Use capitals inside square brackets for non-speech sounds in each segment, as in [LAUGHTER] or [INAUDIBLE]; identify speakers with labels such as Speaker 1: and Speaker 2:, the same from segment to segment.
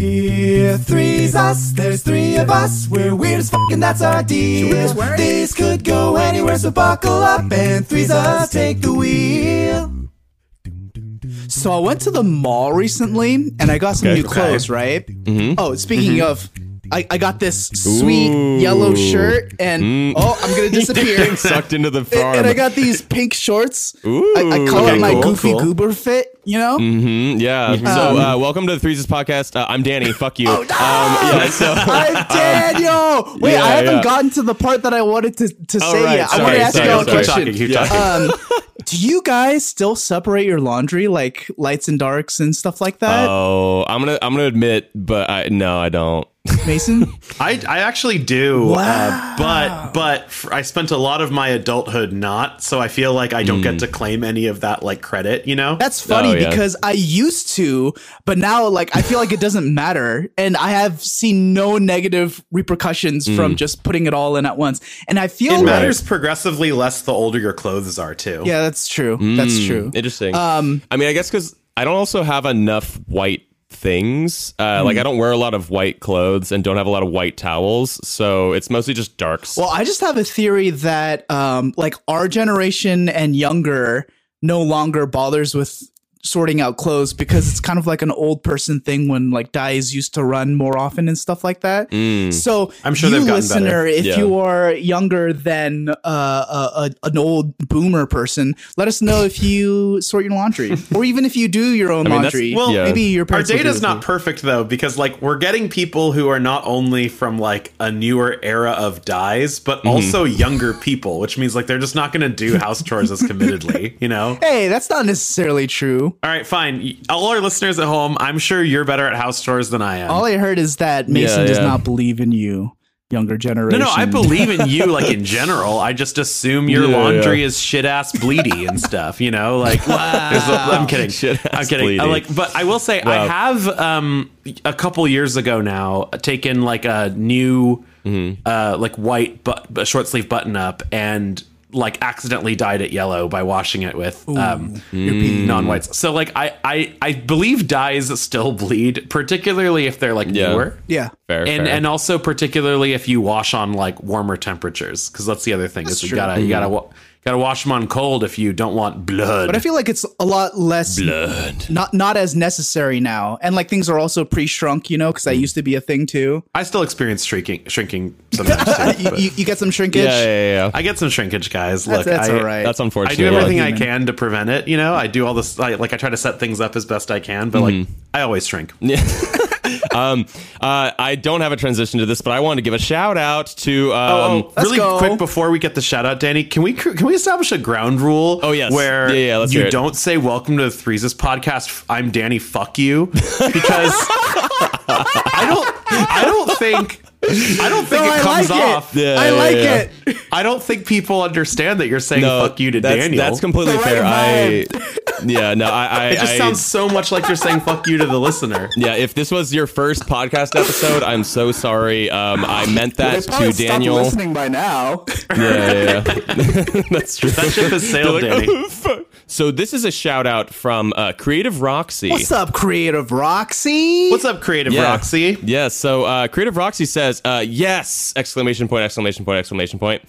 Speaker 1: We're three's us, there's three of us. We're weird as fuck and that's our deal. These could go anywhere, so buckle up and three's us take the wheel. So I went to the mall recently and I got some
Speaker 2: Okay. Mm-hmm.
Speaker 1: new clothes, right? Oh, speaking of, I, I got this sweet
Speaker 2: Ooh. Mm.
Speaker 1: yellow shirt and oh,
Speaker 2: [LAUGHS]
Speaker 1: I'm gonna disappear.
Speaker 2: Getting sucked into the
Speaker 1: And-
Speaker 2: farm.
Speaker 1: And I got these pink shorts.
Speaker 2: Ooh,
Speaker 1: I, I call
Speaker 2: okay,
Speaker 1: it my
Speaker 2: cool,
Speaker 1: goofy
Speaker 3: cool.
Speaker 1: goober fit, you know? Mm-hmm. Um,
Speaker 2: Mhm, yeah. So, uh, welcome to the Threeses podcast. Uh, I'm Danny. Fuck
Speaker 1: [LAUGHS] Oh,
Speaker 2: you. Um, yeah, so-
Speaker 1: Ah!
Speaker 2: um,
Speaker 1: I'm Daniel. Wait,
Speaker 2: yeah,
Speaker 1: I haven't
Speaker 2: yeah.
Speaker 1: gotten to the part that I wanted to, to
Speaker 2: Oh,
Speaker 1: say
Speaker 2: right,
Speaker 1: yet. I
Speaker 2: sorry,
Speaker 1: want to ask
Speaker 2: sorry,
Speaker 1: you all
Speaker 2: sorry.
Speaker 1: a
Speaker 3: Keep talking.
Speaker 1: question.
Speaker 3: Keep
Speaker 2: Yeah.
Speaker 3: talking.
Speaker 1: Um, do you guys still separate your laundry, like lights and darks and stuff like that,
Speaker 2: oh, I'm gonna I'm gonna admit, but I no, I don't. [LAUGHS]
Speaker 1: Mason?
Speaker 3: I, I actually do,
Speaker 1: Wow.
Speaker 3: uh, but but f- I spent a lot of my adulthood not, so I feel like I don't get to claim any of that like credit, you know.
Speaker 1: That's funny
Speaker 2: Oh, yeah.
Speaker 1: because I used to, but now like I feel like it doesn't matter, and I have seen no negative repercussions
Speaker 2: Mm.
Speaker 1: from just putting it all in at once. And I feel
Speaker 3: it
Speaker 1: like
Speaker 3: matters progressively less the older your clothes are too.
Speaker 1: yeah, that's true. That's
Speaker 2: Mm.
Speaker 1: true.
Speaker 2: [LAUGHS] Interesting.
Speaker 3: Um,
Speaker 2: I mean, I guess because I don't also have enough white things. Uh,
Speaker 3: Hmm.
Speaker 2: Like, I don't wear a lot of white clothes and don't have a lot of white towels, so it's mostly just darks.
Speaker 1: Well, I just have a theory that um, like our generation and younger no longer bothers with sorting out clothes because it's kind of like an old person thing when like dyes used to run more often and stuff like that. So
Speaker 3: Mm. I'm sure
Speaker 1: you
Speaker 3: they've gotten
Speaker 1: listener,
Speaker 3: better.
Speaker 1: if
Speaker 2: Yeah.
Speaker 1: you are younger than uh, a, a, an old boomer person, let us know if you sort your
Speaker 3: [LAUGHS]
Speaker 1: laundry or even if you do your own
Speaker 2: mean, that's-
Speaker 1: laundry.
Speaker 2: well,
Speaker 1: Well,
Speaker 2: yeah.
Speaker 1: maybe your
Speaker 3: Our
Speaker 1: parents will do
Speaker 3: data's
Speaker 1: it
Speaker 3: not perfect though, because like we're getting people who are not only from like a newer era of dyes, but also younger people, which means like they're just not going to do house chores as committedly,
Speaker 1: [LAUGHS]
Speaker 3: you know.
Speaker 1: for you. Hey, that's not necessarily true.
Speaker 3: All right, fine. Y- All our listeners at home, I'm sure you're better at house chores than I am.
Speaker 1: All I heard is that Mason does
Speaker 2: yeah.
Speaker 1: not believe in you, younger
Speaker 3: No,
Speaker 1: generation.
Speaker 3: no, I believe in you, like
Speaker 2: [LAUGHS]
Speaker 3: in general. I just assume your
Speaker 2: Yeah,
Speaker 3: laundry
Speaker 2: yeah.
Speaker 3: is shit ass bleedy and stuff. You
Speaker 2: [LAUGHS]
Speaker 3: know, like there's a- I'm kidding.
Speaker 2: Shit-ass
Speaker 3: I'm kidding. I
Speaker 2: bleedy.
Speaker 3: like, but I will say I have um a couple years ago now taken like a new
Speaker 2: Mm-hmm.
Speaker 3: uh like white but short sleeve button up and like accidentally dyed it yellow by washing it with um
Speaker 2: Mm.
Speaker 3: non-whites. So like I I I believe dyes still bleed, particularly if they're like
Speaker 2: Yeah.
Speaker 3: newer
Speaker 1: Yeah.
Speaker 2: fair,
Speaker 3: and
Speaker 2: fair.
Speaker 3: and also particularly if you wash on like warmer temperatures because that's the other thing is you
Speaker 1: true.
Speaker 3: gotta you gotta wa- gotta wash them on cold if you don't want blood.
Speaker 1: But I feel like it's a lot less
Speaker 2: blood.
Speaker 1: not not as necessary now. And like things are also pre-shrunk, you know, cuz that
Speaker 2: Mm.
Speaker 1: used to be a thing too. [LAUGHS]
Speaker 3: I still experience shrinking shrinking [LAUGHS] sometimes. too,
Speaker 1: You,
Speaker 3: but
Speaker 1: you, you get some shrinkage.
Speaker 2: Yeah, yeah, yeah. yeah.
Speaker 3: I get some shrinkage, guys.
Speaker 1: That's,
Speaker 3: Look,
Speaker 1: that's
Speaker 3: I,
Speaker 1: all right.
Speaker 2: That's
Speaker 3: I
Speaker 2: unfortunate.
Speaker 3: do everything I
Speaker 1: human.
Speaker 3: can to prevent it. You know, I do all this. I, like I try to set things up as best I can, but like I always shrink.
Speaker 2: Uh, I don't have a transition to this, but I wanted to give a shout out to. Um,
Speaker 3: oh,
Speaker 1: let's
Speaker 3: really
Speaker 1: go.
Speaker 3: quick before we get the shout out, Danny, can we can we establish a ground rule?
Speaker 2: Oh, yes.
Speaker 3: where
Speaker 2: Yeah, yeah, let's hear
Speaker 3: you
Speaker 2: it.
Speaker 3: don't say "Welcome to the Threeses Podcast." f- I'm Danny. Fuck you, because [LAUGHS] I don't. I don't think. I don't think
Speaker 1: No, I
Speaker 3: it comes
Speaker 1: like it.
Speaker 3: off.
Speaker 2: Yeah,
Speaker 1: I
Speaker 2: yeah,
Speaker 1: like
Speaker 2: yeah.
Speaker 1: it.
Speaker 3: I don't think people understand that you're saying
Speaker 2: no,
Speaker 3: "fuck you" to
Speaker 2: that's,
Speaker 3: Daniel.
Speaker 2: That's completely
Speaker 1: The right
Speaker 2: fair. I yeah, no, I, I
Speaker 3: [LAUGHS] it just
Speaker 2: I-
Speaker 3: sounds so much like you're saying "fuck you" to the listener.
Speaker 2: Yeah, if this was your first podcast episode, I'm so sorry. Um, I meant that to Daniel.
Speaker 1: by now.
Speaker 2: Yeah, yeah, yeah. [LAUGHS] that's true.
Speaker 3: That ship has
Speaker 2: [LAUGHS]
Speaker 3: sailed,
Speaker 2: They're
Speaker 3: Danny.
Speaker 2: "Fuck." so this is a shout out from uh, Creative Roxy.
Speaker 1: [LAUGHS] What's up, Creative Roxy?
Speaker 3: What's up, Creative
Speaker 2: Yeah.
Speaker 3: Roxy?
Speaker 2: Yeah, so uh, Creative Roxy says, uh, yes! Exclamation point, exclamation point, exclamation point.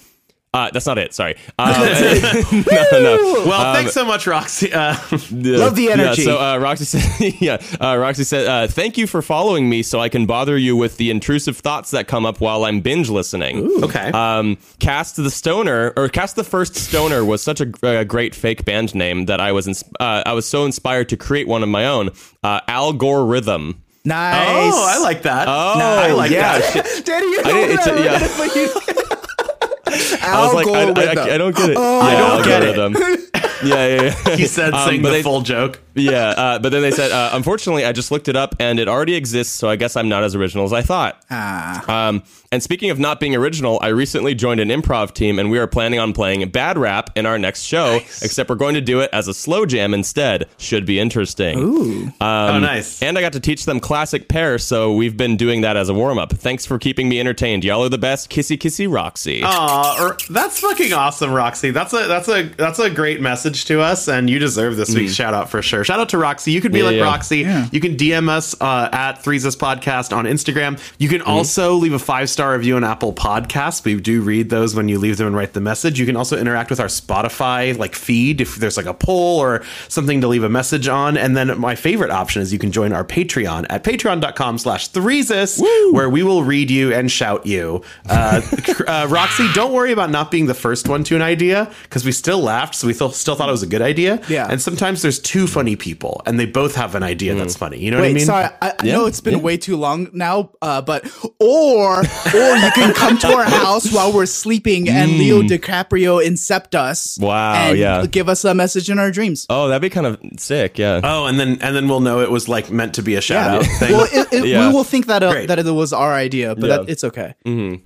Speaker 2: Uh, that's not it, sorry.
Speaker 1: [LAUGHS]
Speaker 2: Uh, no, no.
Speaker 3: Well, thanks so much, Roxy. Uh, [LAUGHS]
Speaker 2: Yeah.
Speaker 1: Love the energy.
Speaker 2: Yeah, so uh, Roxy said, [LAUGHS] "Yeah, uh, Roxy said, uh, thank you for following me, so I can bother you with the intrusive thoughts that come up while I'm binge listening."
Speaker 3: okay.
Speaker 2: Um, Cast the Stoner or Cast the First Stoner was such a, a great fake band name that I was ins- uh, I was so inspired to create one of my own. Uh, Al Gore Rhythm.
Speaker 1: nice.
Speaker 3: oh, I like that. Oh, I like
Speaker 2: yeah,
Speaker 3: that.
Speaker 1: it. [LAUGHS] Danny, you
Speaker 2: I
Speaker 1: know
Speaker 2: didn't- it's
Speaker 1: that,
Speaker 2: a- yeah.
Speaker 1: right? But you-
Speaker 2: [LAUGHS] I was
Speaker 1: Al
Speaker 2: like, I,
Speaker 1: Gore
Speaker 2: I-
Speaker 1: with
Speaker 2: I-
Speaker 1: them.
Speaker 2: I don't get it.
Speaker 3: Oh, I
Speaker 2: Yeah,
Speaker 3: don't
Speaker 2: Al
Speaker 3: get
Speaker 2: Gore
Speaker 3: it. [LAUGHS]
Speaker 2: Rhythm. yeah, yeah, yeah.
Speaker 3: He said,
Speaker 2: Um,
Speaker 3: saying
Speaker 2: but
Speaker 3: the
Speaker 2: they-
Speaker 3: full joke.
Speaker 2: yeah, uh, but then they said, uh, unfortunately, I just looked it up and it already exists, so I guess I'm not as original as I thought.
Speaker 1: Ah.
Speaker 2: Um, and speaking of not being original, I recently joined an improv team and we are planning on playing Bad Rap in our next show, except we're going to do it as a slow jam instead. Should be interesting. Ooh.
Speaker 3: oh, nice.
Speaker 2: And I got to teach them classic pair, so we've been doing that as a warm up. Thanks for keeping me entertained. Y'all are the best. Kissy, kissy, Roxy.
Speaker 3: Oh. Aw, or- that's fucking awesome, Roxy. That's a that's a that's a great message to us, and you deserve this week's shout out for sure. Shout out to Roxy. You could be
Speaker 2: Mm. Yeah,
Speaker 3: like
Speaker 2: yeah.
Speaker 3: Roxy.
Speaker 1: Yeah.
Speaker 3: You can DM us uh, at Threes Us Podcast on Instagram. You can also leave a five star review on Apple Podcasts. We do read those when you leave them and write the message. You can also interact with our Spotify like feed if there's like a poll or something to leave a message on. And then my favorite option is you can join our Patreon at patreon.com slash threesus where we will read you and shout you. Uh, [LAUGHS] uh, Roxy, don't worry about not being the first one to an idea because we still laughed. So we still, still thought it was a good idea.
Speaker 1: Yeah.
Speaker 3: And sometimes there's two funny people and they both have an idea that's
Speaker 2: Mm.
Speaker 3: funny. You know what
Speaker 1: Wait,
Speaker 3: I mean?
Speaker 1: sorry. I, I know it's been way too long now, uh, but or or you can come to our house while we're sleeping and Leo DiCaprio incept us.
Speaker 2: Mm. Wow,
Speaker 1: and
Speaker 2: yeah.
Speaker 1: Give us a message in our dreams.
Speaker 2: Oh, that'd be kind of sick. Yeah.
Speaker 3: Oh, and then and then we'll know it was like meant to be a shout out thing.
Speaker 1: Well, it, it,
Speaker 2: Oh, Yeah.
Speaker 1: we will think that uh,
Speaker 3: Great.
Speaker 1: that it was our idea, but
Speaker 2: Yeah. Mm.
Speaker 1: that, it's okay.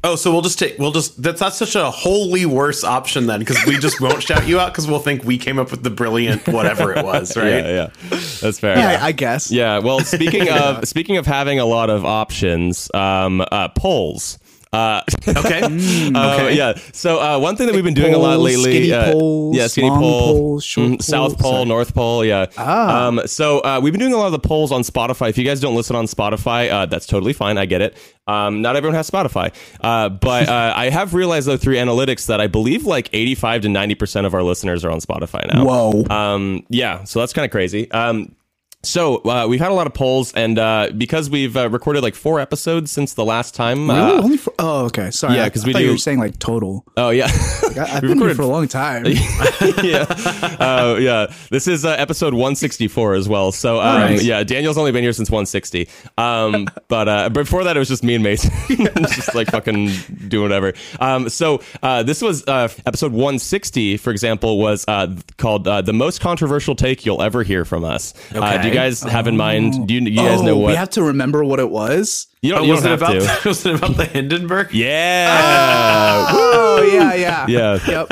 Speaker 3: oh, so we'll just take we'll just that's that's such a wholly worse option then because we just won't shout you out because we'll think we came up with the brilliant whatever it was, right?
Speaker 2: [LAUGHS] Yeah, yeah. That's fair.
Speaker 1: Yeah, I, I guess.
Speaker 2: Yeah. Well,
Speaker 1: [LAUGHS]
Speaker 2: speaking of speaking of having a lot of options, um, uh, polls. Uh,
Speaker 3: Okay.
Speaker 2: uh, yeah. So uh, one thing that we've been doing a lot
Speaker 1: Poles,
Speaker 2: lately,
Speaker 1: skinny
Speaker 2: uh,
Speaker 1: poles,
Speaker 2: yeah, skinny
Speaker 1: long
Speaker 2: pole,
Speaker 1: poles, short
Speaker 2: mm, South
Speaker 1: poles,
Speaker 2: Pole,
Speaker 1: sorry. Ah.
Speaker 2: North Pole, yeah. Um, so uh, we've been doing a lot of the polls on Spotify. If you guys don't listen on Spotify, uh, that's totally fine. I get it. Um, not everyone has Spotify, uh,
Speaker 1: [LAUGHS]
Speaker 2: but uh, I have realized though through analytics that I believe like eighty-five to ninety percent of our listeners are on Spotify now.
Speaker 1: Whoa.
Speaker 2: Um, yeah, so that's kind of crazy. Um, so uh, we've had a lot of polls, and uh, because we've uh, recorded like four episodes since the last time.
Speaker 1: Really?
Speaker 2: Uh,
Speaker 1: Only for, oh, okay. Sorry.
Speaker 2: yeah,
Speaker 1: I-
Speaker 2: 'cause
Speaker 1: I
Speaker 2: we
Speaker 1: thought you
Speaker 2: do-
Speaker 1: were saying
Speaker 2: [LAUGHS]
Speaker 1: like total.
Speaker 2: oh yeah,
Speaker 1: I, I've
Speaker 2: We
Speaker 1: been here
Speaker 2: recorded-
Speaker 1: for a
Speaker 2: [LAUGHS]
Speaker 1: long time.
Speaker 2: yeah, uh, yeah. This is uh, episode 164 as well. So um,
Speaker 3: Nice.
Speaker 2: yeah, Daniel's only been here since 160. Um, but uh, before that, it was just me and Mason, [LAUGHS] just like fucking doing whatever. Um, so uh, this was uh, episode 160, for example, was uh, called uh, the most controversial take you'll ever hear from us. Uh, do you
Speaker 3: Okay.
Speaker 2: guys have in mind? Do you, you guys
Speaker 1: oh,
Speaker 2: know what?
Speaker 1: we have to remember what it was.
Speaker 2: you don't,
Speaker 3: Oh,
Speaker 2: you
Speaker 3: was
Speaker 2: don't
Speaker 3: it
Speaker 2: have [LAUGHS]
Speaker 3: about
Speaker 2: to.
Speaker 3: [LAUGHS] was it about the Hindenburg? Ah!
Speaker 2: Yeah.
Speaker 1: Oh yeah, yeah,
Speaker 2: [LAUGHS] Yeah.
Speaker 1: Yep.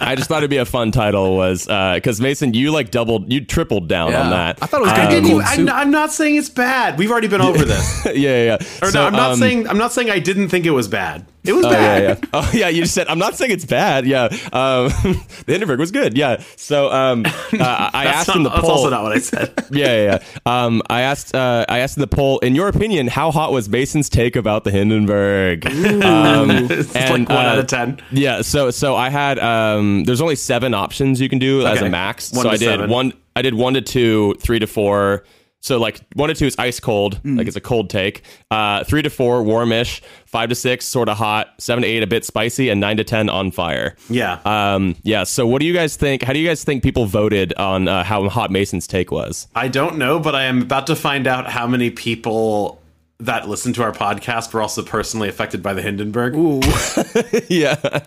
Speaker 2: I just thought it'd be a fun title was because Mason, you like doubled, you tripled down on
Speaker 1: Yeah.
Speaker 2: that. Um,
Speaker 1: I thought it was
Speaker 3: I
Speaker 1: gonna
Speaker 3: didn't
Speaker 1: be
Speaker 3: even,
Speaker 1: cold
Speaker 3: I'm,
Speaker 1: soup.
Speaker 3: I'm not saying it's bad. We've already been
Speaker 2: [LAUGHS]
Speaker 3: over
Speaker 2: [LAUGHS]
Speaker 3: this.
Speaker 2: yeah, yeah. yeah.
Speaker 3: Or
Speaker 2: So,
Speaker 3: no, I'm not
Speaker 2: um,
Speaker 3: saying I'm not saying I didn't think it was bad. It was
Speaker 2: Oh yeah,
Speaker 3: bad.
Speaker 2: yeah. Oh yeah, you just said I'm not saying it's bad. Yeah, um, [LAUGHS] the Hindenburg was good. Yeah. So
Speaker 3: [LAUGHS]
Speaker 2: um, uh, I I
Speaker 3: That's,
Speaker 2: asked
Speaker 3: not,
Speaker 2: in the
Speaker 3: that's
Speaker 2: poll.
Speaker 3: also not what I said.
Speaker 2: yeah, yeah. yeah. Um, I asked. Uh, I asked in the poll. In your opinion, how hot was Mason's take about the Hindenburg? [LAUGHS] Um,
Speaker 3: [LAUGHS]
Speaker 2: uh,
Speaker 3: It's like one out of ten.
Speaker 2: Yeah. So so I had. Um, there's only seven options you can do as
Speaker 3: Okay.
Speaker 2: a max.
Speaker 3: One
Speaker 2: so
Speaker 3: to
Speaker 2: I did
Speaker 3: seven.
Speaker 2: one. I did one to two, three to four. So like one to two is ice cold,
Speaker 3: Mm.
Speaker 2: like it's a cold take. Uh, three to four, warmish. Five to six, sort of hot. Seven to eight, a bit spicy, and nine to ten, on fire.
Speaker 3: Yeah.
Speaker 2: Um, yeah. So what do you guys think? How do you guys think people voted on uh, how hot Mason's take
Speaker 3: [LAUGHS]
Speaker 2: was?
Speaker 3: I don't know, but I am about to find out how many people that listen to our podcast were also personally affected by the Hindenburg.
Speaker 1: Ooh.
Speaker 2: yeah.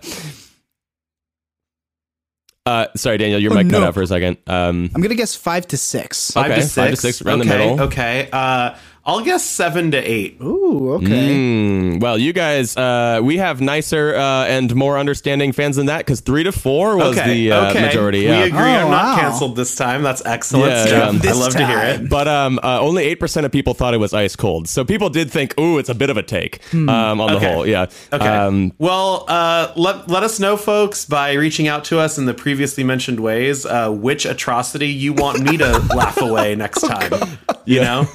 Speaker 2: Uh, sorry, Daniel, your
Speaker 1: Oh,
Speaker 2: mic cut
Speaker 1: no.
Speaker 2: out for a second. Um,
Speaker 1: I'm gonna guess five to six.
Speaker 3: Five
Speaker 2: okay,
Speaker 3: to six.
Speaker 2: five to six, around the
Speaker 3: okay,
Speaker 2: middle.
Speaker 3: Okay. Uh, I'll guess seven to eight.
Speaker 1: Ooh, okay.
Speaker 2: mm, well, you guys, uh, we have nicer uh, and more understanding fans than that because three to four was
Speaker 3: Okay.
Speaker 2: the uh,
Speaker 3: okay.
Speaker 2: majority.
Speaker 3: We
Speaker 2: Yeah.
Speaker 3: agree. I'm
Speaker 1: Oh,
Speaker 3: not
Speaker 1: wow.
Speaker 3: canceled this time. That's excellent.
Speaker 2: Yeah,
Speaker 3: Steph.
Speaker 2: yeah.
Speaker 3: I
Speaker 1: This
Speaker 3: love to hear it.
Speaker 1: time.
Speaker 2: But um, uh, only eight percent of people thought it was ice cold, so people did think, "Ooh, it's a bit of a take." Um, on
Speaker 3: Hmm. Okay.
Speaker 2: the whole, yeah.
Speaker 3: Okay.
Speaker 2: Um,
Speaker 3: well, uh, let, let us know, folks, by reaching out to us in the previously mentioned ways, uh, which atrocity you want
Speaker 2: [LAUGHS]
Speaker 3: me to laugh away next
Speaker 2: Oh,
Speaker 3: time. You know?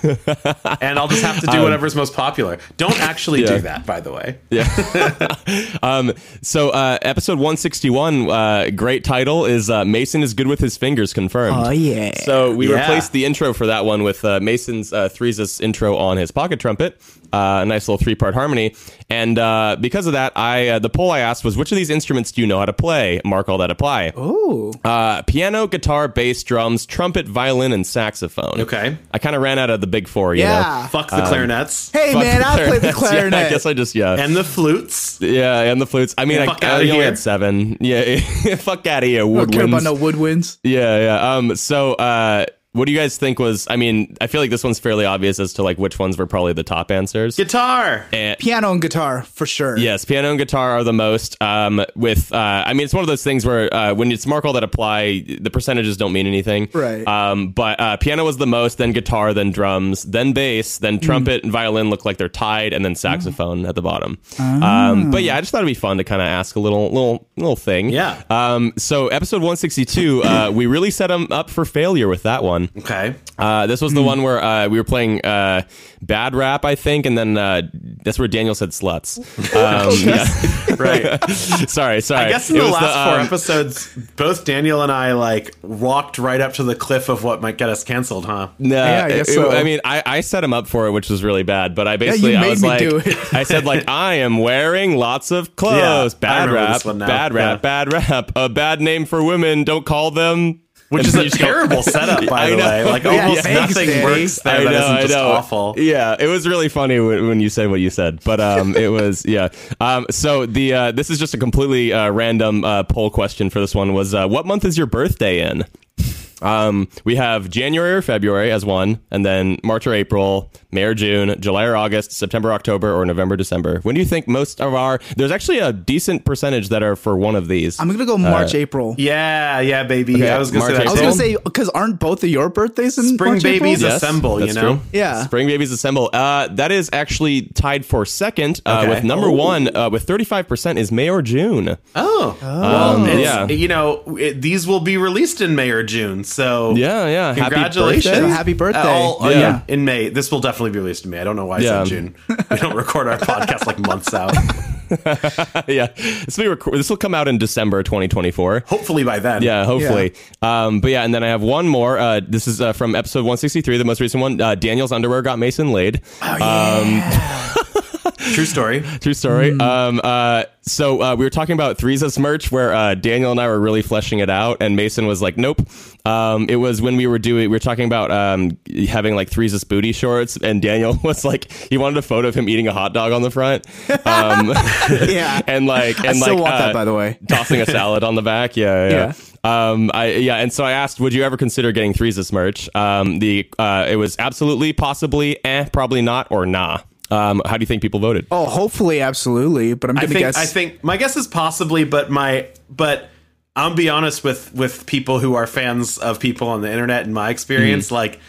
Speaker 3: and I'll just have to do whatever's most popular. Don't actually
Speaker 2: Um, yeah.
Speaker 3: do that, by the way.
Speaker 2: um, so uh, episode one sixty one, uh, great title is uh, Mason is good with his fingers confirmed.
Speaker 1: Oh yeah.
Speaker 2: So we
Speaker 3: Yeah.
Speaker 2: replaced the intro for that one with uh, Mason's uh, Threesus intro on his pocket trumpet, uh, a nice little three part harmony. And uh, because of that, I uh, the poll I asked was which of these instruments do you know how to play? Mark all that apply.
Speaker 1: Ooh.
Speaker 2: Uh, piano, guitar, bass, drums, trumpet, violin, and saxophone.
Speaker 3: Okay.
Speaker 2: I kind of ran out of the big four. You
Speaker 1: Yeah.
Speaker 2: Know?
Speaker 3: Fuck the clarinets
Speaker 1: Hey
Speaker 2: Fuck
Speaker 1: man, I play the
Speaker 2: clarinets. [LAUGHS] Yeah,
Speaker 1: clarinet.
Speaker 2: I guess I just yeah.
Speaker 3: and the flutes.
Speaker 2: yeah, and the flutes. I mean, I,
Speaker 3: Fuck
Speaker 2: I
Speaker 3: outta
Speaker 2: only
Speaker 3: here.
Speaker 2: had seven. Yeah, [LAUGHS] fuck out of here,
Speaker 1: I don't care about
Speaker 2: woodwinds.
Speaker 1: no woodwinds.
Speaker 2: Yeah, yeah. Um, so, uh, what do you guys think was? I mean, I feel like this one's fairly obvious as to like which ones were probably the top answers. Eh,
Speaker 3: Guitar.
Speaker 2: And-
Speaker 1: Piano and guitar for sure.
Speaker 2: yes, piano and guitar are the most. Um, with, uh, I mean, it's one of those things where uh, when it's mark all that apply, the percentages don't mean anything.
Speaker 1: Right.
Speaker 2: Um, but uh, piano was the most, then guitar, then drums, then bass, then trumpet and violin look like they're tied, and then saxophone at the bottom. Um, but yeah, I just thought it'd be fun to kind of ask a little, little, little thing.
Speaker 3: Yeah.
Speaker 2: Um, so episode 162, uh, we really set them up for failure with that one. one.
Speaker 3: Okay.
Speaker 2: Uh, this was the one where uh, we were playing uh, bad rap, I think, and then uh, that's where Daniel said sluts. Um, yeah. [LAUGHS]
Speaker 3: Right.
Speaker 2: sorry, sorry.
Speaker 3: I guess in the last four
Speaker 2: um,
Speaker 3: episodes, both Daniel and I like walked right up to the cliff of what might get us canceled, huh?
Speaker 2: No,
Speaker 1: Yeah, I guess
Speaker 2: it-
Speaker 1: so.
Speaker 2: I mean, I, I set him up for it, which was really bad. But I basically, I
Speaker 1: made
Speaker 2: was
Speaker 1: me
Speaker 2: like,
Speaker 1: do
Speaker 2: [LAUGHS]
Speaker 1: it.
Speaker 2: I said like, I am wearing lots of clothes.
Speaker 3: Yeah, I
Speaker 2: bad
Speaker 3: remember
Speaker 2: rap,
Speaker 3: this one now.
Speaker 2: bad rap, bad rap. A bad name for women. Don't call them. And
Speaker 3: Which is
Speaker 2: then
Speaker 3: a
Speaker 2: you just go-
Speaker 3: [LAUGHS] terrible setup,
Speaker 2: I
Speaker 3: by the
Speaker 2: know.
Speaker 3: way. Like
Speaker 2: Yeah,
Speaker 3: almost
Speaker 1: thanks,
Speaker 3: nothing
Speaker 1: Danny.
Speaker 3: works there that isn't just awful.
Speaker 2: Yeah, it was really funny when, when you said what you said, but um, it was [LAUGHS] yeah. Um, so the uh, this is just a completely uh, random uh, poll question for this one was uh, what month is your birthday in? Um, we have January or February as one, and then March or April, May or June, July or August, September, October, or November, December. When do you think most of our? There's actually a decent percentage that are for one of these.
Speaker 1: I'm gonna go March, April.
Speaker 3: Yeah, yeah, baby. I was gonna
Speaker 2: March,
Speaker 3: say
Speaker 1: I
Speaker 3: that.
Speaker 1: was gonna
Speaker 2: April.
Speaker 1: say because aren't both of your birthdays in
Speaker 3: Spring
Speaker 1: March, April?
Speaker 3: babies
Speaker 1: Yeah.
Speaker 3: are- assemble,
Speaker 2: that's
Speaker 3: you know?
Speaker 2: true.
Speaker 1: Yeah.
Speaker 2: Spring Babies Assemble. Uh, that is actually tied for second uh,
Speaker 3: Okay.
Speaker 2: with number
Speaker 3: Ooh.
Speaker 2: one uh, with 35% is May or June. [LAUGHS]
Speaker 3: Oh, well, it's,
Speaker 2: yeah.
Speaker 3: You know, it, these will be released in May or June. So
Speaker 2: Yeah, yeah. Happy
Speaker 3: congratulations!
Speaker 2: birthday.
Speaker 1: Happy birthday.
Speaker 3: Uh, all- uh,
Speaker 2: Yeah.
Speaker 3: yeah. in May. This will definitely be released in May. I don't know why it's
Speaker 2: Yeah.
Speaker 3: in June. We don't record our podcast like months [LAUGHS] out.
Speaker 2: yeah. This will, be rec- this will come out in December 2024.
Speaker 3: Hopefully by then.
Speaker 2: Yeah, hopefully. Um, but yeah, and then I have one more. Uh, this is uh, from episode 163, the most recent one. Uh, Daniel's underwear got Mason laid.
Speaker 3: True story.
Speaker 2: True story.
Speaker 1: Hmm.
Speaker 2: Um, uh, so uh, we were talking about Threesa's merch, where uh, Daniel and I were really fleshing it out, and Mason was like, "Nope." Um, it was when we were doing, we were talking about um, having like Threesa's booty shorts, and Daniel [LAUGHS] was like, he wanted a photo of him eating a hot dog on the front,
Speaker 1: [LAUGHS]
Speaker 2: um,
Speaker 1: [LAUGHS] Yeah.
Speaker 2: and like, and
Speaker 1: I still
Speaker 2: like,
Speaker 1: want
Speaker 2: uh,
Speaker 1: that [LAUGHS] by the way.
Speaker 2: tossing a salad on the back. Yeah, yeah. yeah. Um, I yeah, and so I asked, would you ever consider getting Threeses merch? Um, the uh, it was absolutely, possibly, eh, probably not, or nah. Um, how do you think people voted?
Speaker 1: Oh, hopefully, absolutely. But I'm
Speaker 3: I
Speaker 1: gonna
Speaker 3: think
Speaker 1: guess.
Speaker 3: I think my guess is possibly, but my but I'll be honest with with people who are fans of people on the internet. In my experience,
Speaker 2: Mm.
Speaker 3: like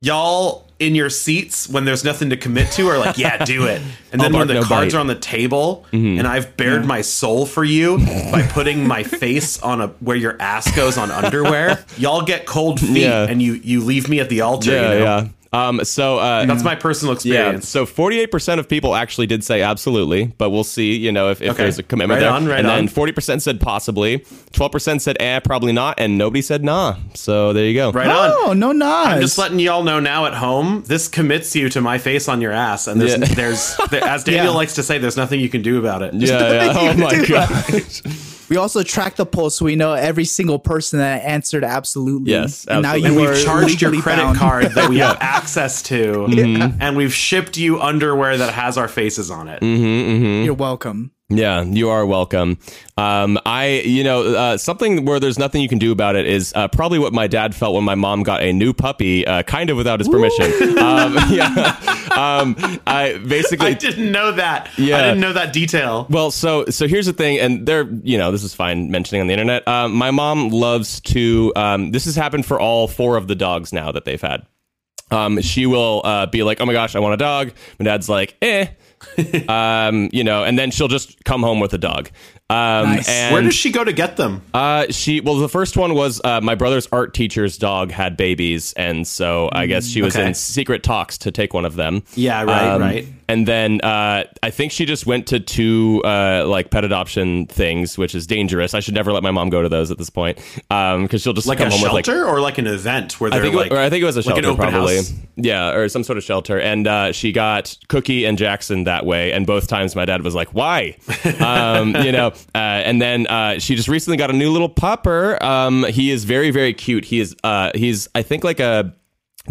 Speaker 3: y'all in your seats when there's nothing to commit to are like, yeah, do it. And then
Speaker 2: I'll bark,
Speaker 3: when the
Speaker 2: no
Speaker 3: cards
Speaker 2: bite. Mm-hmm.
Speaker 3: are on the table, and I've bared my soul for you by putting my face on a where your ass goes on underwear, y'all get cold
Speaker 2: [LAUGHS]
Speaker 3: feet,
Speaker 2: Yeah.
Speaker 3: and you you leave me at the altar.
Speaker 2: yeah,
Speaker 3: you know?
Speaker 2: yeah. Um, so uh,
Speaker 3: That's my personal
Speaker 2: yeah.
Speaker 3: experience.
Speaker 2: So forty-eight percent of people actually did say absolutely, but we'll see. You know, if, if
Speaker 3: Okay.
Speaker 2: there's a commitment
Speaker 3: Right
Speaker 2: there.
Speaker 3: on, right
Speaker 2: and then
Speaker 3: on.
Speaker 2: forty percent said possibly, twelve percent said eh, probably not, and nobody said nah. So there you go.
Speaker 3: Right on.
Speaker 1: oh no, not.
Speaker 3: I'm just letting y'all know now at home. This commits you to my face on your ass, and there's
Speaker 2: Yeah.
Speaker 3: [LAUGHS] there's there, as Daniel
Speaker 1: Yeah.
Speaker 3: likes to say, there's nothing you can do about
Speaker 2: [LAUGHS]
Speaker 3: it. [LAUGHS]
Speaker 2: Yeah. yeah. Oh my god. [LAUGHS]
Speaker 1: we also track the poll, so we know every single person that answered absolutely.
Speaker 2: Yes,
Speaker 1: And now
Speaker 2: absolutely.
Speaker 1: you
Speaker 3: And
Speaker 1: are
Speaker 3: we've charged your
Speaker 1: legally
Speaker 3: credit
Speaker 1: bound.
Speaker 3: card
Speaker 2: [LAUGHS]
Speaker 3: that we have access to,
Speaker 2: Mm-hmm.
Speaker 3: and we've shipped you underwear that has our faces on it.
Speaker 1: You're welcome.
Speaker 2: Yeah, you are welcome. Um, I, you know, uh, something where there's nothing you can do about it is uh, probably what my dad felt when my mom got a new puppy, uh, kind of without his permission. um, [LAUGHS]
Speaker 3: [LAUGHS]
Speaker 2: yeah, um, I basically
Speaker 3: I didn't know that.
Speaker 2: Yeah.
Speaker 3: I didn't know that detail.
Speaker 2: Well, so so here's the thing, and they're you know this is fine mentioning on the internet. Um, my mom loves to. Um, this has happened for all four of the dogs now that they've had. Um, she will uh, be like, "Oh my gosh, I want a dog." My dad's like, "Eh," um, you know, and then she'll just come home with a dog. Um,
Speaker 1: Nice.
Speaker 2: and,
Speaker 3: Where does she go to get them?
Speaker 2: uh, she well, the first one was uh, my brother's art teacher's dog had babies, and so I guess she was
Speaker 3: Mm, okay.
Speaker 2: in secret talks to take one of them. Um,
Speaker 3: Yeah, right, right.
Speaker 2: And then uh, I think she just went to two uh, like pet adoption things, which is dangerous. I should never let my mom go to those at this point because she'll just
Speaker 3: Like
Speaker 2: come
Speaker 3: a
Speaker 2: home
Speaker 3: shelter
Speaker 2: with like
Speaker 3: or like an event where they're
Speaker 2: I think,
Speaker 3: like,
Speaker 2: it, or I think it was a
Speaker 3: like an
Speaker 2: shelter,
Speaker 3: open
Speaker 2: probably.
Speaker 3: house.
Speaker 2: Yeah, or some sort of shelter. And uh, she got Cookie and Jackson that way. And both times my dad was like,
Speaker 3: [LAUGHS]
Speaker 2: why? um, you know, uh, and then uh, she just recently got a new little pupper. Um, he is very, very cute. He is, uh, he's, I think, like a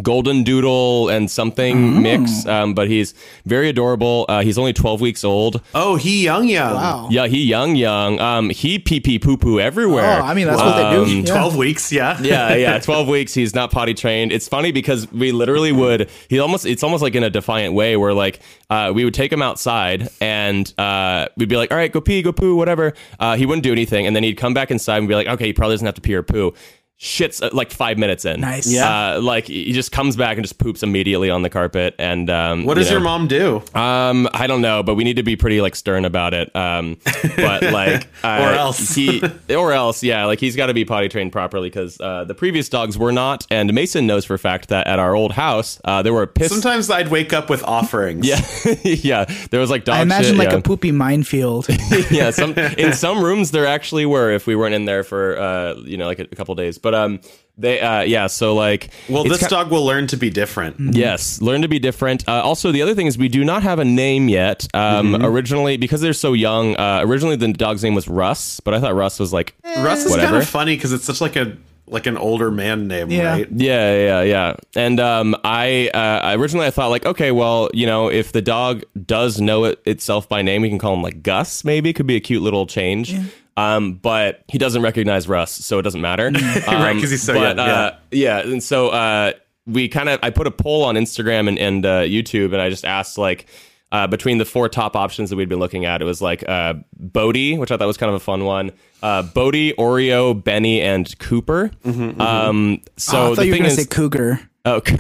Speaker 2: golden doodle and something
Speaker 3: Oh.
Speaker 2: mix, um, but he's very adorable. Uh, he's only 12 weeks old.
Speaker 3: oh, he young young.
Speaker 1: Wow.
Speaker 2: Yeah, he young, young. Um, he pee pee poo poo everywhere.
Speaker 1: Oh, I mean, that's what they do. Yeah.
Speaker 3: Mm-hmm. Twelve weeks. Yeah.
Speaker 2: Um, yeah, yeah. Twelve weeks. He's not potty trained. It's funny because we
Speaker 3: Mm-hmm.
Speaker 2: literally would. He almost. It's almost like in a defiant way where like uh, we would take him outside and uh, we'd be like, all right, go pee, go poo, whatever. Uh, he wouldn't do anything, and then he'd come back inside and be like, okay, he probably doesn't have to pee or poo. shits uh, like five minutes in.
Speaker 1: Nice.
Speaker 2: Uh, like he just comes back and just poops immediately on the carpet. And um,
Speaker 3: What
Speaker 2: you
Speaker 3: does your
Speaker 2: know.
Speaker 3: mom do?
Speaker 2: Um, I don't know, but we need to be pretty like stern about it. Um,
Speaker 3: [LAUGHS]
Speaker 2: but like, uh,
Speaker 3: else.
Speaker 2: he or else, yeah, like he's got to be potty trained properly because uh, the previous dogs were not. And Mason knows for a fact that at our old house, uh, there were piss.
Speaker 3: Sometimes I'd wake up with offerings.
Speaker 2: yeah, [LAUGHS] yeah, there was like dog.
Speaker 1: I imagine
Speaker 2: shit,
Speaker 1: like
Speaker 2: yeah.
Speaker 1: a poopy minefield.
Speaker 2: [LAUGHS]
Speaker 1: Oh,
Speaker 2: yeah, some in some rooms there actually were if we weren't in there for uh, you know like a, a couple days. But um, they uh, yeah, so like
Speaker 3: Well,
Speaker 2: it's
Speaker 3: this
Speaker 2: ki-
Speaker 3: dog will learn to be different.
Speaker 2: Yes, learn to be different. Uh, also, the other thing is we do not have a name yet. Um,
Speaker 3: Mm-hmm.
Speaker 2: Originally, because they're so young, uh, originally the dog's name was Russ, but I thought Russ was like,
Speaker 3: Eh, Russ is kind
Speaker 2: Whatever.
Speaker 3: of funny because it's such like a like an older man name,
Speaker 1: Yeah.
Speaker 3: right?
Speaker 2: yeah, yeah, yeah. And um, I uh, originally I thought like, okay, well, you know, if the dog does know it itself by name, we can call him like Gus. Maybe could be a cute little change. Um, but he doesn't recognize Russ, so it doesn't matter.
Speaker 3: [LAUGHS] Right, 'cause he's so
Speaker 2: but,
Speaker 3: young, yeah.
Speaker 2: Uh, yeah, and so uh, we kind of I put a poll on Instagram and, and uh, YouTube, and I just asked like uh, between the four top options that we'd been looking at, it was like uh, Bodie, which I thought was kind of a fun one. Uh, Bodie, Oreo, Benny, and Cooper. Um, so
Speaker 1: Mm-hmm, Ah, I
Speaker 2: the
Speaker 1: thought you were
Speaker 2: thing
Speaker 1: gonna
Speaker 2: is,
Speaker 1: say cougar.
Speaker 2: oh, [LAUGHS] come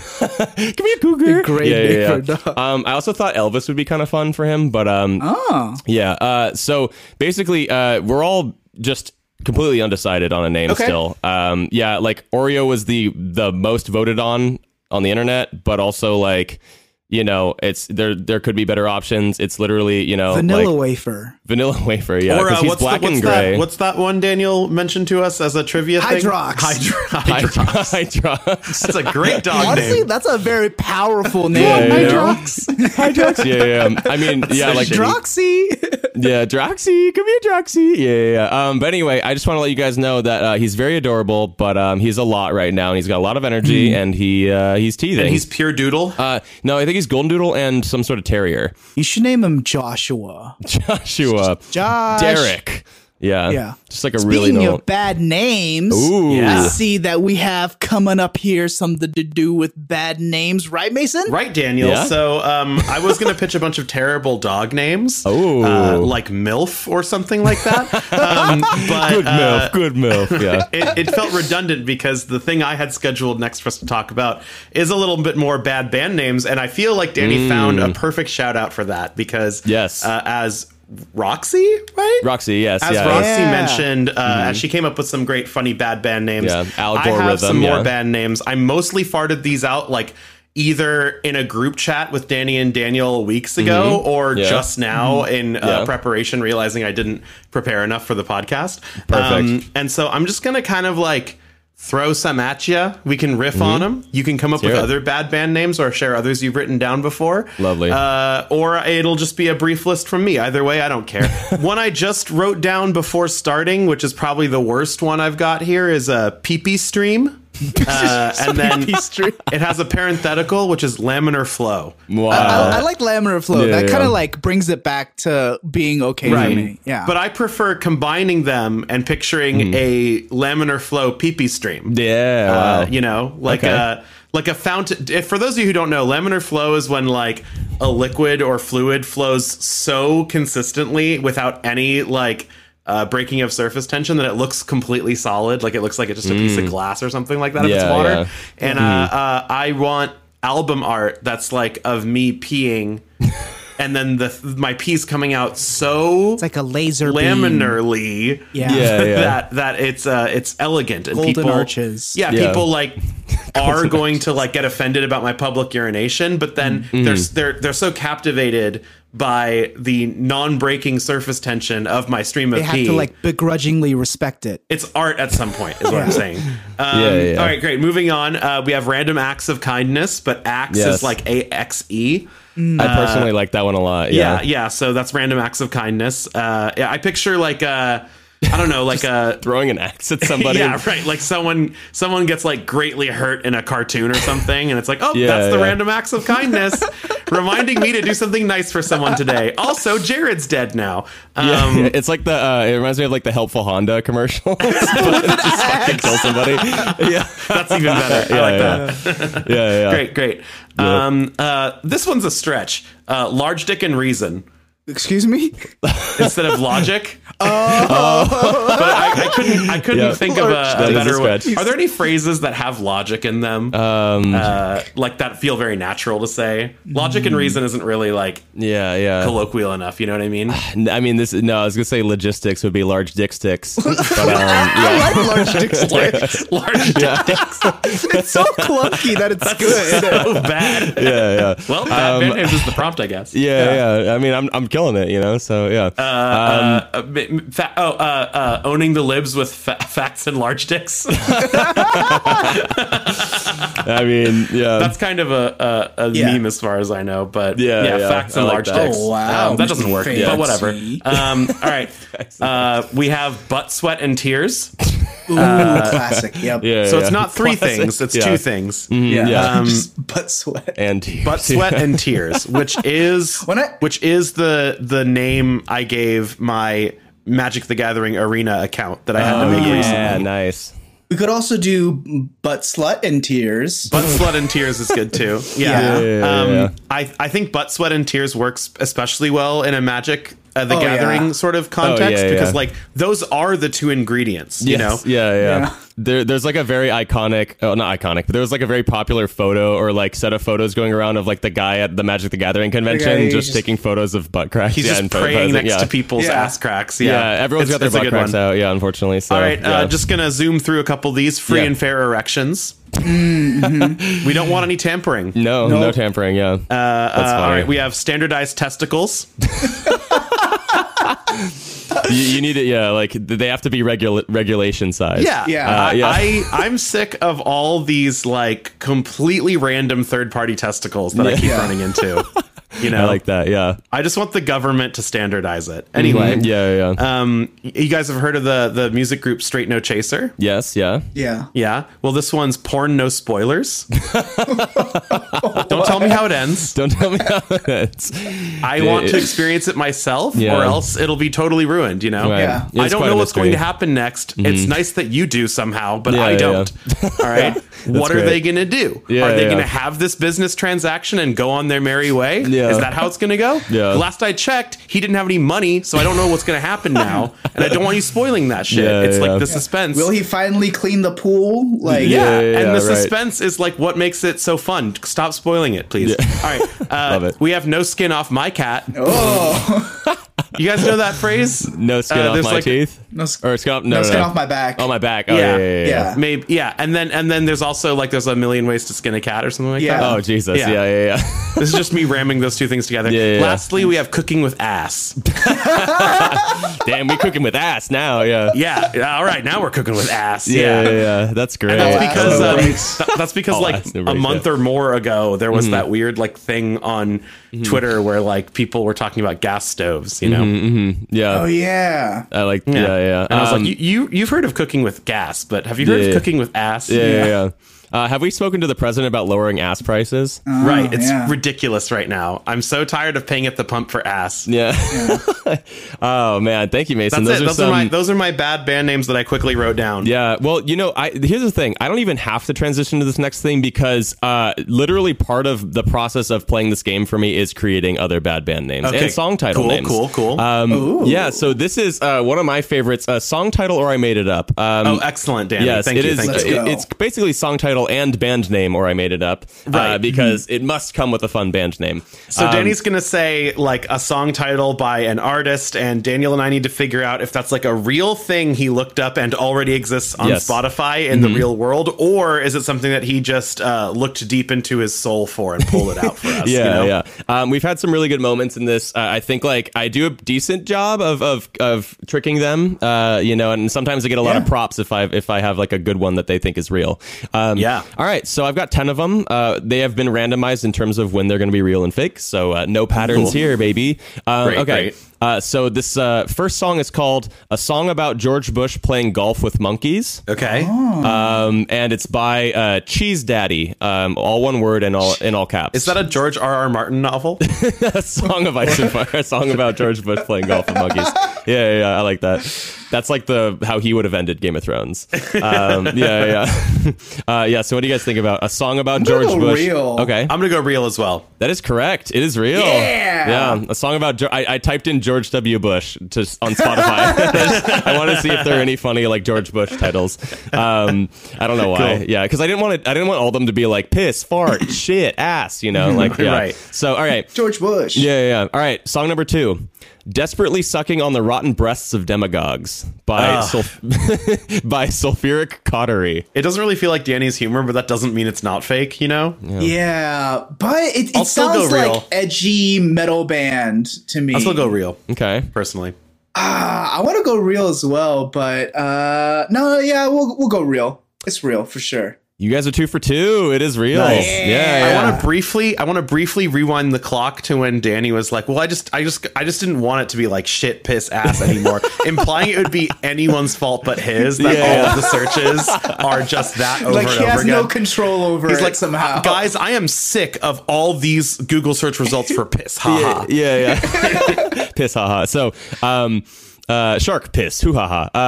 Speaker 2: here, Cougar.
Speaker 1: great name for a dog.
Speaker 2: Um, I also thought Elvis would be kind of fun for him, but um,
Speaker 1: Oh,
Speaker 2: yeah. Uh, so basically, uh, we're all just completely undecided on a name
Speaker 3: Okay.
Speaker 2: still. Um, yeah, like Oreo was the the most voted on on the internet, but also like you know, it's there. There could be better options. It's literally you know
Speaker 1: vanilla
Speaker 2: like,
Speaker 1: wafer.
Speaker 2: vanilla [LAUGHS] wafer. Yeah,
Speaker 3: Or
Speaker 2: 'cause
Speaker 3: uh,
Speaker 2: he's
Speaker 3: what's, the,
Speaker 2: black
Speaker 3: what's,
Speaker 2: and gray.
Speaker 3: That, what's that one Daniel mentioned to us as a trivia thing?
Speaker 1: Hydrox.
Speaker 3: Hydro-
Speaker 2: [LAUGHS]
Speaker 3: [LAUGHS]
Speaker 2: I, [LAUGHS]
Speaker 3: Hydrox.
Speaker 2: I drugs.
Speaker 3: That's a great dog
Speaker 1: Honestly,
Speaker 3: name.
Speaker 1: that's a very powerful name.
Speaker 2: yeah, yeah. [LAUGHS]
Speaker 1: Hydrox.
Speaker 2: Yeah, yeah, yeah. I
Speaker 3: [LAUGHS]
Speaker 2: mean, yeah, like
Speaker 1: Hydroxy.
Speaker 2: Yeah, Droxy, come here, Droxy. Yeah, yeah, yeah. Um, but anyway, I just want to let you guys know that uh, he's very adorable, but um, he's a lot right now, and he's got a lot of energy, and he uh, he's teething.
Speaker 3: Mm-hmm. And he's pure doodle.
Speaker 2: uh, no, I think he's golden doodle and some sort of terrier.
Speaker 1: [LAUGHS]
Speaker 2: [LAUGHS]
Speaker 1: You should name him Joshua.
Speaker 2: Joshua,
Speaker 1: Josh.
Speaker 2: Derek. Yeah,
Speaker 1: Yeah.
Speaker 2: Just like a really
Speaker 1: Speaking
Speaker 2: normal.
Speaker 1: of bad names,
Speaker 2: Ooh. Yeah.
Speaker 1: I see that we have coming up here something to do with bad names, right, Mason?
Speaker 3: Right, Daniel.
Speaker 2: Yeah?
Speaker 3: So um, I was going to pitch a bunch of terrible dog names,
Speaker 2: [LAUGHS] Oh.
Speaker 3: uh, like MILF or something
Speaker 2: [LAUGHS]
Speaker 3: like that. um, but
Speaker 2: good
Speaker 3: uh,
Speaker 2: milf, good milf. Yeah.
Speaker 3: [LAUGHS] it, it felt redundant because the thing I had scheduled next for us to talk about is a little bit more bad band names, and I feel like Danny found a perfect shout out for that because
Speaker 2: Yes.
Speaker 3: uh, as Roxy, right?
Speaker 2: Roxy, yes,
Speaker 3: As
Speaker 2: yeah,
Speaker 3: Roxy
Speaker 2: yeah. Mm-hmm.
Speaker 3: mentioned, uh, as she came up with some great, funny bad band names.
Speaker 2: Yeah,
Speaker 3: I have some
Speaker 2: algorithm, yeah.
Speaker 3: more band names. I mostly farted these out like either in a group chat with Danny and Daniel weeks ago
Speaker 2: Mm-hmm.
Speaker 3: or
Speaker 2: Yeah. Mm-hmm.
Speaker 3: just now in uh,
Speaker 2: Yeah.
Speaker 3: preparation, realizing I didn't prepare enough for the podcast. Um,
Speaker 2: Perfect.
Speaker 3: and so I'm just gonna kind of like throw some at you. We can riff on 'em. on them. You can come up with
Speaker 2: Mm-hmm. hear it.
Speaker 3: other bad band names or share others you've written down before.
Speaker 2: Lovely.
Speaker 3: Uh, or it'll just be a brief list from me. Either way, I don't care. one I just wrote down before starting, which is probably the worst one I've got here, is a peepee stream. Uh, and then it has a parenthetical, which is laminar flow.
Speaker 2: Wow.
Speaker 1: I, I
Speaker 3: uh,
Speaker 1: like laminar flow.
Speaker 2: Uh, Yeah,
Speaker 1: that kind
Speaker 2: yeah.
Speaker 1: of like brings it back to being okay for me. Yeah.
Speaker 3: But I prefer combining them and picturing a laminar flow peepee stream.
Speaker 2: yeah.
Speaker 3: Uh,
Speaker 2: Wow.
Speaker 3: you know, like
Speaker 2: Okay.
Speaker 3: a like a fountain. If, for those of you who don't know, laminar flow is when like a liquid or fluid flows so consistently without any like uh, breaking of surface tension that it looks completely solid. Like it looks like it's just a piece of glass or something like that. if it's
Speaker 2: Yeah,
Speaker 3: water,
Speaker 2: yeah.
Speaker 3: and uh, uh, I want album art that's like of me peeing. And then the my pee's coming out so
Speaker 1: it's like a laser beam.
Speaker 3: laminarly
Speaker 1: Yeah.
Speaker 2: Yeah, yeah.
Speaker 3: that that it's uh it's elegant and
Speaker 1: Golden
Speaker 3: people
Speaker 1: arches.
Speaker 3: yeah,
Speaker 2: Yeah. [LAUGHS]
Speaker 3: people like are going to like get offended about my public urination but then
Speaker 2: Mm-hmm.
Speaker 3: they're they're they're so captivated by the non-breaking surface tension of my stream
Speaker 1: [LAUGHS]
Speaker 3: of
Speaker 1: They have
Speaker 3: pee
Speaker 1: to like begrudgingly respect it.
Speaker 3: it's art at some point is what i'm saying
Speaker 2: [LAUGHS]
Speaker 3: um,
Speaker 2: Yeah, yeah.
Speaker 3: all right great moving on uh, we have random acts of kindness but acts
Speaker 2: Yes.
Speaker 3: is like a-x-e
Speaker 2: I personally like that one a lot.
Speaker 3: uh, yeah,
Speaker 2: Yeah.
Speaker 3: yeah. So that's random acts of kindness. Uh, yeah, I picture like uh, I don't know,
Speaker 2: [LAUGHS]
Speaker 3: like a
Speaker 2: Throwing an axe at somebody.
Speaker 3: [LAUGHS] yeah, right. Like someone someone gets like greatly hurt in a cartoon or something, and it's like, oh,
Speaker 2: Yeah,
Speaker 3: that's the
Speaker 2: yeah.
Speaker 3: random acts of kindness, reminding me to do something nice for someone today. Also, Jared's dead now. Um,
Speaker 2: Yeah, [LAUGHS] it's like the uh, it reminds me of like the helpful Honda commercials. [LAUGHS] but just fucking kill
Speaker 3: [LAUGHS]
Speaker 2: somebody. Yeah,
Speaker 3: That's even better. I
Speaker 2: yeah,
Speaker 3: like that.
Speaker 2: yeah. that. [LAUGHS] Yeah, yeah.
Speaker 3: Great, great. Um, uh, this one's a stretch. Uh, large dick and reason.
Speaker 1: Excuse me?
Speaker 3: instead of logic. Oh, [LAUGHS] but I, I couldn't. I couldn't
Speaker 2: Yeah.
Speaker 3: think of a,
Speaker 2: That
Speaker 3: a
Speaker 2: is a
Speaker 3: better way.
Speaker 2: stretch.
Speaker 3: Are there any phrases that have logic in them,
Speaker 2: Um,
Speaker 3: uh, like that feel very natural to say? Logic and reason isn't really like
Speaker 2: yeah, yeah.
Speaker 3: colloquial enough. You know what
Speaker 2: [SIGHS]
Speaker 3: I mean?
Speaker 2: N- I mean, this. No, I was gonna say logistics would be large dick sticks. But, um,
Speaker 1: I like [LAUGHS] large dick
Speaker 2: [LAUGHS]
Speaker 1: stick.
Speaker 3: [LAUGHS] Large
Speaker 1: It's so clunky that it's good.
Speaker 3: so
Speaker 2: [LAUGHS]
Speaker 3: bad.
Speaker 2: yeah, yeah. Um,
Speaker 3: Well, bad band names is the prompt, I guess.
Speaker 2: [LAUGHS] Yeah, yeah, I mean, I'm I'm killing it, you know. So yeah,
Speaker 3: Uh, uh, m- m- fa- oh, uh, uh, owning the libs with fa- [LAUGHS] facts and large dicks. [LAUGHS]
Speaker 2: I mean, yeah.
Speaker 3: That's kind of a, a, a
Speaker 1: Yeah.
Speaker 3: meme as far as I know, but
Speaker 2: Yeah,
Speaker 3: yeah,
Speaker 2: yeah,
Speaker 3: facts
Speaker 2: I
Speaker 3: and
Speaker 2: like
Speaker 3: large
Speaker 2: that.
Speaker 3: dicks.
Speaker 1: Oh, wow.
Speaker 3: Um, that doesn't work,
Speaker 1: Fancy.
Speaker 3: but whatever.
Speaker 1: [LAUGHS]
Speaker 3: Um, all right, uh, we have butt sweat and tears.
Speaker 1: Ooh, classic. Yep.
Speaker 2: yeah,
Speaker 3: so
Speaker 2: yeah.
Speaker 3: it's not three
Speaker 2: Classic.
Speaker 3: things; it's
Speaker 2: Yeah. Mm-hmm.
Speaker 3: two things:
Speaker 1: Yeah.
Speaker 2: Yeah.
Speaker 1: Just butt sweat.
Speaker 2: and
Speaker 3: butt sweat and tears, which is
Speaker 1: When I-
Speaker 3: which is the the name I gave my Magic the Gathering arena account that I had to make recently.
Speaker 2: [LAUGHS] Oh, yeah, nice.
Speaker 1: We could also do butt slut and tears.
Speaker 3: Butt sweat and tears is good too.
Speaker 1: Yeah.
Speaker 2: [LAUGHS]
Speaker 3: Yeah,
Speaker 2: Yeah, yeah,
Speaker 3: um,
Speaker 2: yeah.
Speaker 3: I I think butt sweat and tears works especially well in a Magic uh, the
Speaker 1: Oh, yeah.
Speaker 3: Gathering sort of context
Speaker 2: yeah,
Speaker 3: because
Speaker 2: yeah.
Speaker 3: like those are the two ingredients. You know,
Speaker 2: Yes, yeah, yeah.
Speaker 1: Yeah.
Speaker 2: There, there's like a very iconic, oh, not iconic, but there was like a very popular photo or like set of photos going around of like the guy at the Magic the Gathering convention
Speaker 1: he's
Speaker 2: just,
Speaker 1: just-
Speaker 2: taking photos of butt cracks.
Speaker 3: he's
Speaker 2: yeah,
Speaker 3: just
Speaker 2: and photo
Speaker 3: praying
Speaker 2: posing,
Speaker 3: next
Speaker 2: yeah.
Speaker 3: to people's
Speaker 1: Yeah.
Speaker 3: ass cracks. Yeah,
Speaker 2: Yeah, everyone's
Speaker 3: It's-
Speaker 2: got their
Speaker 3: it's a
Speaker 2: butt
Speaker 3: good
Speaker 2: cracks
Speaker 3: one.
Speaker 2: out. Yeah, unfortunately. So,
Speaker 3: All right,
Speaker 2: yeah.
Speaker 3: uh, just gonna zoom through a couple of these free
Speaker 2: Yeah.
Speaker 3: and
Speaker 2: [LAUGHS]
Speaker 3: fair erections. we don't want any tampering.
Speaker 2: no, no, tampering. Yeah, uh, that's
Speaker 3: Uh, all
Speaker 2: funny.
Speaker 3: right, we have standardized testicles.
Speaker 2: you, you need it. Yeah, like they have to be regula- regulation size.
Speaker 3: Yeah,
Speaker 1: Yeah.
Speaker 2: Uh, [LAUGHS] yeah.
Speaker 3: I, I I'm sick of all these like completely random third party testicles that I keep
Speaker 1: Yeah.
Speaker 3: running into. You know,
Speaker 2: [LAUGHS] I like that. Yeah.
Speaker 3: I just want the government to standardize it. Anyway,
Speaker 2: Mm-hmm.
Speaker 1: Mm-hmm.
Speaker 2: Yeah, yeah. yeah.
Speaker 3: um, you guys have heard of the the music group Straight No Chaser?
Speaker 2: yes, yeah.
Speaker 1: yeah.
Speaker 3: Yeah. Well, this one's porn,
Speaker 2: [LAUGHS]
Speaker 3: no spoilers. Don't tell me how it ends.
Speaker 2: Don't tell me how it's.
Speaker 3: I want to experience it myself,
Speaker 2: Yeah.
Speaker 3: or else it'll be totally ruined. You know.
Speaker 2: Right.
Speaker 1: Yeah.
Speaker 2: It's
Speaker 3: I don't
Speaker 2: quite
Speaker 3: know
Speaker 2: a
Speaker 3: what's going to
Speaker 2: mystery. Mm-hmm.
Speaker 3: happen next. It's nice that you do somehow, but
Speaker 2: Yeah,
Speaker 3: I
Speaker 2: yeah,
Speaker 3: don't. All
Speaker 2: [LAUGHS]
Speaker 3: right. what are
Speaker 2: great.
Speaker 3: they going to do?
Speaker 2: Yeah,
Speaker 3: are they
Speaker 2: yeah.
Speaker 3: going to have this business transaction and go on their merry way?
Speaker 2: Yeah.
Speaker 3: Is that how it's going to go?
Speaker 2: Yeah.
Speaker 3: Last I checked, he didn't have any money, so I don't know what's going to
Speaker 2: [LAUGHS]
Speaker 3: happen now. And I don't want you spoiling that shit.
Speaker 2: Yeah,
Speaker 3: it's
Speaker 2: yeah.
Speaker 3: like the suspense.
Speaker 1: Will he finally clean the pool? Like,
Speaker 3: yeah.
Speaker 2: Yeah, yeah,
Speaker 3: and
Speaker 2: yeah,
Speaker 3: the
Speaker 2: right.
Speaker 3: suspense is like what makes it so fun. Stop spoiling it, please.
Speaker 2: [LAUGHS]
Speaker 3: All right, uh,
Speaker 2: Love it.
Speaker 3: we have no skin off my cat.
Speaker 1: oh,
Speaker 3: You guys know that phrase?
Speaker 2: [LAUGHS] No skin
Speaker 3: Uh,
Speaker 2: off
Speaker 3: there's
Speaker 2: my
Speaker 3: like-
Speaker 2: teeth.
Speaker 1: no, s-
Speaker 2: Or skin off. No,
Speaker 1: no
Speaker 2: no,
Speaker 1: skin
Speaker 2: no.
Speaker 1: off my back.
Speaker 2: Oh, my back. Oh,
Speaker 3: Yeah.
Speaker 2: yeah, yeah, yeah. yeah.
Speaker 1: Yeah.
Speaker 3: Maybe yeah, and then and then there's also like there's a million ways to skin a cat or something like
Speaker 1: Yeah.
Speaker 3: that.
Speaker 2: Oh Jesus!
Speaker 3: Yeah.
Speaker 2: Yeah, yeah, yeah. yeah. [LAUGHS]
Speaker 3: This is just me ramming those two things together.
Speaker 2: Yeah, yeah, yeah.
Speaker 3: Lastly, we have cooking with ass.
Speaker 2: Damn, we cooking with ass now. Yeah.
Speaker 3: Yeah. yeah, All right, now we're cooking with ass.
Speaker 2: Yeah,
Speaker 3: Yeah.
Speaker 2: yeah, yeah. That's great.
Speaker 3: That's
Speaker 1: Wow.
Speaker 3: because
Speaker 1: No
Speaker 3: um,
Speaker 1: breaks.
Speaker 3: th- that's because
Speaker 2: Oh,
Speaker 3: like
Speaker 2: that's no
Speaker 3: a
Speaker 2: breaks,
Speaker 3: month
Speaker 2: yeah.
Speaker 3: or more ago there
Speaker 2: Mm-hmm.
Speaker 3: was that weird like thing on Twitter where like people were talking about gas stoves, you know.
Speaker 2: yeah,
Speaker 1: Oh, yeah.
Speaker 2: I like. Mm-hmm. Yeah, yeah. yeah.
Speaker 3: And I was
Speaker 2: Um,
Speaker 3: like, you, you you've heard of cooking with gas, but have you heard
Speaker 2: Yeah,
Speaker 3: of
Speaker 2: yeah.
Speaker 3: cooking with ass?
Speaker 2: yeah, yeah, yeah. Uh, have we spoken to the president about lowering ass prices?
Speaker 3: Right, it's
Speaker 1: yeah.
Speaker 3: ridiculous right now. I'm so tired of paying at the pump for
Speaker 2: [LAUGHS]
Speaker 3: ass.
Speaker 2: Yeah. oh man, thank you, Mason. those
Speaker 3: That's it.
Speaker 2: are
Speaker 3: those
Speaker 2: some.
Speaker 3: are my those are my bad band names that I quickly wrote down.
Speaker 2: Yeah. Well, you know, I here's the thing. I don't even have to transition to this next thing because uh, literally part of the process of playing this game for me is creating other bad band names
Speaker 3: Okay.
Speaker 2: and song title
Speaker 3: Cool,
Speaker 2: names.
Speaker 3: cool, cool.
Speaker 2: Um, yeah. So this is uh, one of my favorites. Uh, song title or I made it up. Um,
Speaker 3: Oh, excellent, Danny.
Speaker 2: Yes,
Speaker 3: thank
Speaker 2: it
Speaker 3: you.
Speaker 2: is-
Speaker 3: thank
Speaker 1: Let's
Speaker 3: you.
Speaker 1: go.
Speaker 2: it- it's basically song title and band name, or I made it up, uh,
Speaker 3: Right. mm-hmm.
Speaker 2: because it must come with a fun band name.
Speaker 3: So Danny's gonna say like a song title by an artist, and Daniel and I need to figure out if that's like a real thing he looked up and already exists on
Speaker 2: Yes. Mm-hmm.
Speaker 3: Spotify in the real world, or is it something that he just uh, looked deep into his soul for and pulled it
Speaker 2: [LAUGHS]
Speaker 3: out for us?
Speaker 2: yeah,
Speaker 3: you know?
Speaker 2: yeah. Um, we've had some really good moments in this. Uh, I think like I do a decent job of of, of tricking them, uh, you know, and sometimes I get a lot
Speaker 1: Yeah.
Speaker 2: of props if I if I have like a good one that they think is real. Um,
Speaker 3: Yeah.
Speaker 2: All right, so I've got ten of them. Uh, they have been randomized in terms of when they're going to be real and fake. So uh, no patterns here, baby. Um,
Speaker 3: Great,
Speaker 2: okay.
Speaker 3: great.
Speaker 2: Uh, so this uh, first song is called "A Song About George Bush Playing Golf with Monkeys,"
Speaker 4: Okay.
Speaker 2: um, and it's by uh, Cheese Daddy, um, all one word and all in all caps.
Speaker 3: Is that a George R. R. Martin novel?
Speaker 2: [LAUGHS] a song of ice and fire? A song about George Bush playing golf with monkeys? Yeah, yeah, yeah, I like that. That's like the how he would have ended Game of Thrones. Um, yeah, yeah, [LAUGHS] yeah. uh, yeah. So what do you guys think about a song about George
Speaker 1: go
Speaker 2: Bush?
Speaker 1: real.
Speaker 2: Okay,
Speaker 3: I'm gonna go real as well.
Speaker 2: that is correct. It is real.
Speaker 1: Yeah.
Speaker 2: yeah. A song about Geo- I, I typed in George W. Bush to, on Spotify. [LAUGHS] I want to see if there are any funny like George Bush titles. Um, I don't know why. Yeah, because I didn't want it. I didn't want all of them to be like piss, fart, [LAUGHS] shit, ass. You know, like yeah.
Speaker 3: Right.
Speaker 2: So all right.
Speaker 1: George Bush.
Speaker 2: Yeah, yeah, yeah. All right. Song number two. Desperately sucking on the rotten breasts of demagogues by sulf- [LAUGHS] by sulfuric cautery.
Speaker 3: It doesn't really feel like Danny's humor, but that doesn't mean it's not fake. You know?
Speaker 1: Yeah, but it, it
Speaker 3: still go
Speaker 1: sounds like
Speaker 3: real.
Speaker 1: edgy metal band to me.
Speaker 3: I'll still go real
Speaker 2: Okay.
Speaker 3: personally.
Speaker 1: Ah, I want to go real as well, but uh, no, yeah, we'll we'll go real. It's real for sure.
Speaker 2: You guys are two for two. It is real.
Speaker 3: Nice.
Speaker 2: Yeah,
Speaker 3: I
Speaker 2: yeah.
Speaker 3: want to briefly, I want to briefly rewind the clock to when Danny was like, "Well, I just, I just, I just didn't want it to be like shit, piss, ass
Speaker 1: [LAUGHS]
Speaker 3: anymore," implying it would be anyone's fault but his. That all of the searches are just that over
Speaker 1: Like
Speaker 3: and
Speaker 1: he
Speaker 3: over
Speaker 1: has
Speaker 3: again.
Speaker 1: no control over
Speaker 3: He's
Speaker 1: it
Speaker 3: like,
Speaker 1: somehow. [LAUGHS]
Speaker 3: guys, I am sick of all these Google search results for piss. Ha ha.
Speaker 2: yeah, yeah. [LAUGHS] piss, haha. So, um, uh, shark piss, hoo ha ha. Uh,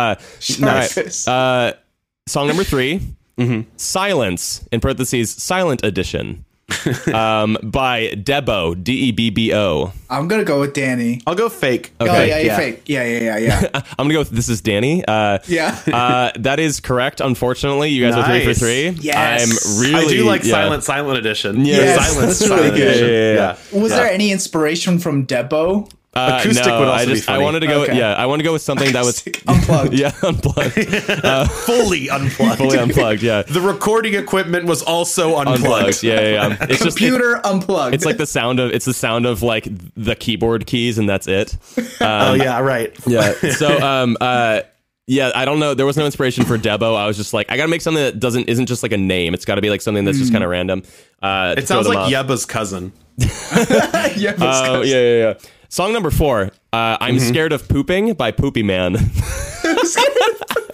Speaker 2: all right.
Speaker 1: piss.
Speaker 2: Uh, song number 3 Silence in parentheses, silent edition. um, by Debo, D E B B O.
Speaker 1: I'm gonna go with Danny.
Speaker 3: I'll go fake.
Speaker 1: Oh
Speaker 2: Okay,
Speaker 1: yeah, you're fake. Yeah, yeah, yeah, yeah.
Speaker 2: I'm gonna go with this is Danny. Uh,
Speaker 1: Yeah.
Speaker 2: [LAUGHS] uh, that is correct. Unfortunately, you guys are three for
Speaker 3: Nice.
Speaker 2: three.
Speaker 1: Yes.
Speaker 2: I'm really.
Speaker 3: I do like
Speaker 2: yeah.
Speaker 3: Silent Silent Edition.
Speaker 2: Yes.
Speaker 3: Silent
Speaker 1: That's
Speaker 3: Silent
Speaker 1: really good.
Speaker 3: Edition.
Speaker 2: Yeah, yeah, yeah.
Speaker 1: Was there any inspiration from Debo?
Speaker 2: Uh,
Speaker 3: Acoustic
Speaker 2: no,
Speaker 3: would also
Speaker 2: I
Speaker 3: be
Speaker 2: just, I
Speaker 3: funny.
Speaker 2: wanted to go.
Speaker 1: Okay.
Speaker 2: Yeah, I want to go with something that was.
Speaker 1: [LAUGHS] Unplugged.
Speaker 2: [LAUGHS] Yeah,
Speaker 3: [LAUGHS]
Speaker 2: unplugged,
Speaker 3: Fully unplugged. [LAUGHS]
Speaker 2: fully unplugged. Yeah,
Speaker 3: The recording equipment was also unplugged.
Speaker 2: unplugged. Yeah,
Speaker 3: [LAUGHS]
Speaker 2: yeah. yeah. It's just it-
Speaker 1: Computer unplugged. [LAUGHS]
Speaker 2: it's like the sound of it's the sound of like the keyboard keys, and that's it.
Speaker 3: oh yeah, right.
Speaker 2: Yeah. [LAUGHS] So um uh yeah, I don't know. There was no inspiration for Debo. I was just like, I gotta make something that doesn't isn't just like a name. It's got to be like something that's just kind of random. Uh,
Speaker 3: Hmm. It sounds like Yeba's cousin. [LAUGHS]
Speaker 1: yeah, it was
Speaker 2: Oh yeah, yeah, yeah. Song number four. Uh, I'm scared of pooping by Poopy Man.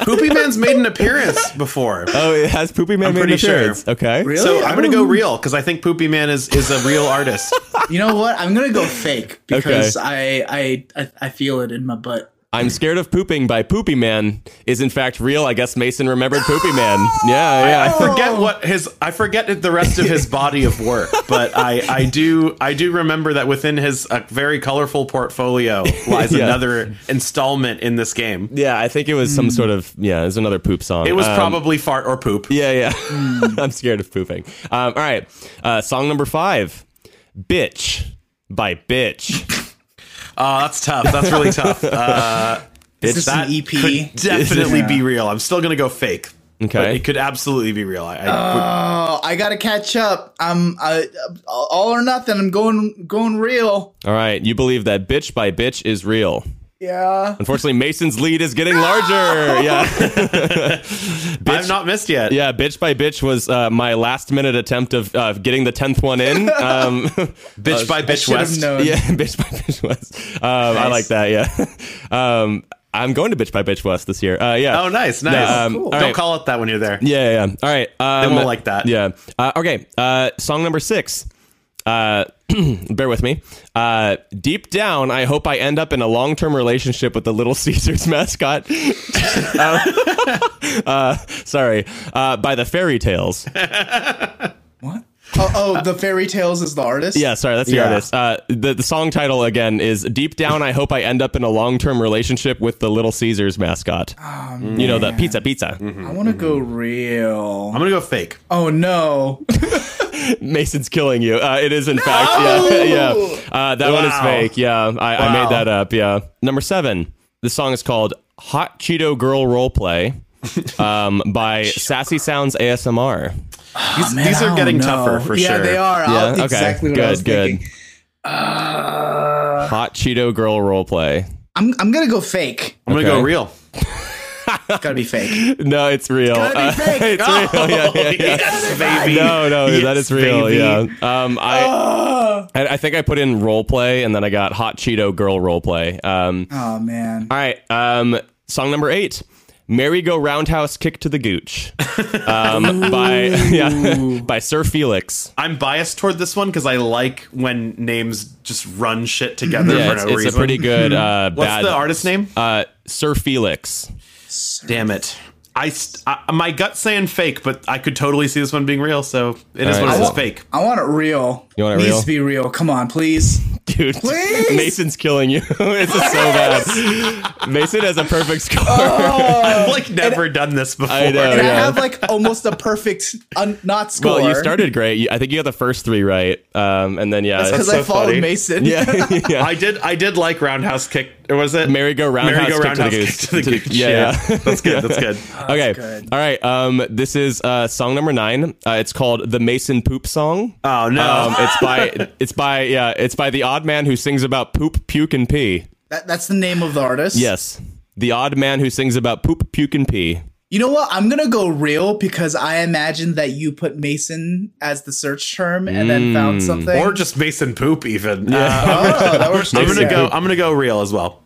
Speaker 3: Poopy Man's made an appearance before.
Speaker 2: [LAUGHS] oh, it has Poopy Man made an
Speaker 3: pretty sure.
Speaker 2: appearance. Okay.
Speaker 1: Really?
Speaker 3: So
Speaker 1: I
Speaker 3: I'm gonna
Speaker 1: don't-
Speaker 3: go
Speaker 2: Um,
Speaker 3: real because I think Poopy Man is, is a real artist.
Speaker 1: You know what? I'm gonna go fake because I, I I I feel it in my butt.
Speaker 2: I'm scared of pooping by Poopy Man is in fact real. I guess Mason remembered Poopy Man. Yeah, yeah.
Speaker 3: I forget what his I forget the rest
Speaker 2: [LAUGHS]
Speaker 3: of his body of work, but I, I do I do remember that within his uh, very colorful portfolio
Speaker 2: [LAUGHS]
Speaker 3: lies
Speaker 2: Yeah.
Speaker 3: another installment in this game.
Speaker 2: [LAUGHS] Yeah, I think it was some sort of yeah. Mm. It was Mm. another poop song.
Speaker 3: It was
Speaker 2: Um,
Speaker 3: probably fart or poop.
Speaker 2: Yeah, yeah. [LAUGHS] I'm scared of pooping. Um, all right. Uh, song number five, "Bitch" by Bitch.
Speaker 3: Oh, that's tough. That's
Speaker 2: [LAUGHS]
Speaker 3: really tough. Uh,
Speaker 1: Is E this
Speaker 3: that
Speaker 1: an
Speaker 2: E
Speaker 1: EP?
Speaker 3: could definitely
Speaker 2: [LAUGHS]
Speaker 3: be real. I'm still gonna go fake. But
Speaker 2: Okay. Uh,
Speaker 3: it could absolutely be real. I, I
Speaker 1: Oh, I gotta catch up. I'm I, all or nothing. I'm going going real.
Speaker 2: All right. You believe that "Bitch" by Bitch is real?
Speaker 1: Yeah.
Speaker 2: Unfortunately, Mason's lead is getting [LAUGHS] larger. Yeah.
Speaker 3: would, I've not missed yet.
Speaker 2: Yeah, bitch by bitch was uh, my last minute attempt of uh, getting the tenth one
Speaker 3: [LAUGHS]
Speaker 2: in. Um, [LAUGHS]
Speaker 3: Bitch by bitch
Speaker 1: Should have
Speaker 3: west.
Speaker 1: known.
Speaker 2: yeah, [LAUGHS] bitch by bitch west. Um, I like that. Yeah, [LAUGHS] um, I'm going to bitch by bitch west this year. Uh, yeah.
Speaker 3: Oh, nice, nice.
Speaker 2: um, Cool. all
Speaker 3: Don't
Speaker 2: right.
Speaker 3: call it that when you're there.
Speaker 2: Yeah, yeah, yeah. All right. Um,
Speaker 3: won't like that.
Speaker 2: Yeah. Uh, okay. Uh, song number six. Uh, [CLEARS THROAT] bear with me. Uh, deep down, I hope I end up in a long-term relationship with the Little [LAUGHS] Caesars mascot. [LAUGHS] Uh, [LAUGHS] uh, sorry. Uh, by the fairy tales.
Speaker 1: Oh, oh, the fairy tales is the artist.
Speaker 2: Yeah, sorry, that's the
Speaker 3: Yeah.
Speaker 2: artist. Uh, the, the song title again is Deep Down, I Hope I End Up in a Long Term Relationship with the Little Caesars mascot.
Speaker 1: Oh,
Speaker 2: you know, the pizza, pizza.
Speaker 1: I want to go real.
Speaker 3: Mm-hmm. I'm gonna go fake.
Speaker 1: Oh
Speaker 3: [LAUGHS]
Speaker 1: no.
Speaker 2: Mason's killing you. Uh, it is, in fact. Yeah, [LAUGHS] yeah. Uh, that one is
Speaker 3: Wow.
Speaker 2: fake. Yeah, I, I
Speaker 3: Wow.
Speaker 2: made that up. Yeah. Number seven. This song is called Hot Cheeto Girl
Speaker 1: [LAUGHS]
Speaker 2: Roleplay um, by Sassy Sounds ASMR. Oh,
Speaker 3: These,
Speaker 1: Man,
Speaker 3: these
Speaker 1: I
Speaker 3: are
Speaker 1: don't
Speaker 3: getting
Speaker 1: know.
Speaker 3: tougher for
Speaker 1: yeah,
Speaker 3: sure.
Speaker 1: they are. I'll-
Speaker 2: Yeah, okay.
Speaker 1: Exactly what I
Speaker 2: Good,
Speaker 1: was
Speaker 2: good.
Speaker 1: thinking. Uh,
Speaker 2: Hot Cheeto Girl Roleplay. [LAUGHS]
Speaker 1: I'm I'm gonna go fake.
Speaker 3: I'm gonna
Speaker 2: Okay. [LAUGHS]
Speaker 3: go real.
Speaker 1: It's gotta be fake.
Speaker 3: [LAUGHS]
Speaker 2: No, it's real. Uh, [LAUGHS]
Speaker 1: [LAUGHS]
Speaker 2: it's real. Yeah, yeah, yeah. [LAUGHS]
Speaker 3: Yes, baby.
Speaker 2: No, no,
Speaker 3: Yes,
Speaker 2: that is real.
Speaker 3: baby.
Speaker 2: Yeah. Um, I I, I think I put in role play and then I got hot Cheeto girl role play. Um,
Speaker 1: Oh man.
Speaker 2: all right. Um, song number eight. Merry Go Roundhouse Kick to the Gooch um, by [LAUGHS] yeah, by Sir Felix.
Speaker 3: I'm biased toward this one because I like when names just run shit together
Speaker 2: Yeah,
Speaker 3: for
Speaker 2: it's,
Speaker 3: no
Speaker 2: it's a
Speaker 3: reason.
Speaker 2: pretty good uh,
Speaker 3: What's
Speaker 2: bad.
Speaker 3: the artist name?
Speaker 2: Uh, Sir Felix.
Speaker 3: Damn it. I, st- I my gut saying fake, but I could totally see this one being real. So it is
Speaker 2: All right.
Speaker 3: what
Speaker 2: I
Speaker 3: it is.
Speaker 2: want-
Speaker 3: Fake. [LAUGHS]
Speaker 1: I want it real.
Speaker 2: You want it
Speaker 1: Needs
Speaker 2: real? Oh,
Speaker 1: to be real. Come on, please.
Speaker 2: Dude,
Speaker 1: Please?
Speaker 2: Mason's killing you. [LAUGHS] it's so bad. Mason has a perfect [LAUGHS] score.
Speaker 3: I've like never done this before.
Speaker 2: I know.
Speaker 1: And I
Speaker 2: yeah.
Speaker 1: have like almost a perfect un-
Speaker 3: [LAUGHS]
Speaker 1: not score.
Speaker 2: Well, you started great. You, I think you got the first three right, um, and then yeah,
Speaker 1: because
Speaker 2: it's-
Speaker 3: That's
Speaker 1: I
Speaker 3: so
Speaker 1: followed
Speaker 3: funny.
Speaker 2: [LAUGHS]
Speaker 1: Mason.
Speaker 2: yeah, yeah.
Speaker 3: I did. I did like roundhouse kick. Or was it
Speaker 2: Merry-go-round
Speaker 3: Merry
Speaker 2: house
Speaker 3: go
Speaker 2: kick to the
Speaker 3: roundhouse
Speaker 2: goose.
Speaker 3: kick to the
Speaker 2: To the-
Speaker 3: goose.
Speaker 2: [LAUGHS] yeah,
Speaker 3: Yeah,
Speaker 2: yeah.
Speaker 3: that's good. Oh, That's
Speaker 2: [LAUGHS]
Speaker 3: good.
Speaker 2: okay,
Speaker 1: good.
Speaker 2: all right. Um, this is uh, song number nine. Uh, it's called the Mason Poop Song.
Speaker 3: Oh no. [LAUGHS]
Speaker 2: Um, it's by it's by yeah, it's by the odd man who sings about poop, puke, and pee.
Speaker 1: That, that's the name of the artist.
Speaker 2: Yes, the odd man who sings about poop, puke, and pee.
Speaker 1: You know what? I'm gonna go real because I imagine that you put Mason as the search term and then
Speaker 2: Mm.
Speaker 1: found something. [LAUGHS]
Speaker 3: or just Mason poop. Even. Uh, [LAUGHS]
Speaker 1: oh, that works.
Speaker 3: I'm
Speaker 1: too.
Speaker 3: gonna go. I'm gonna go real as well.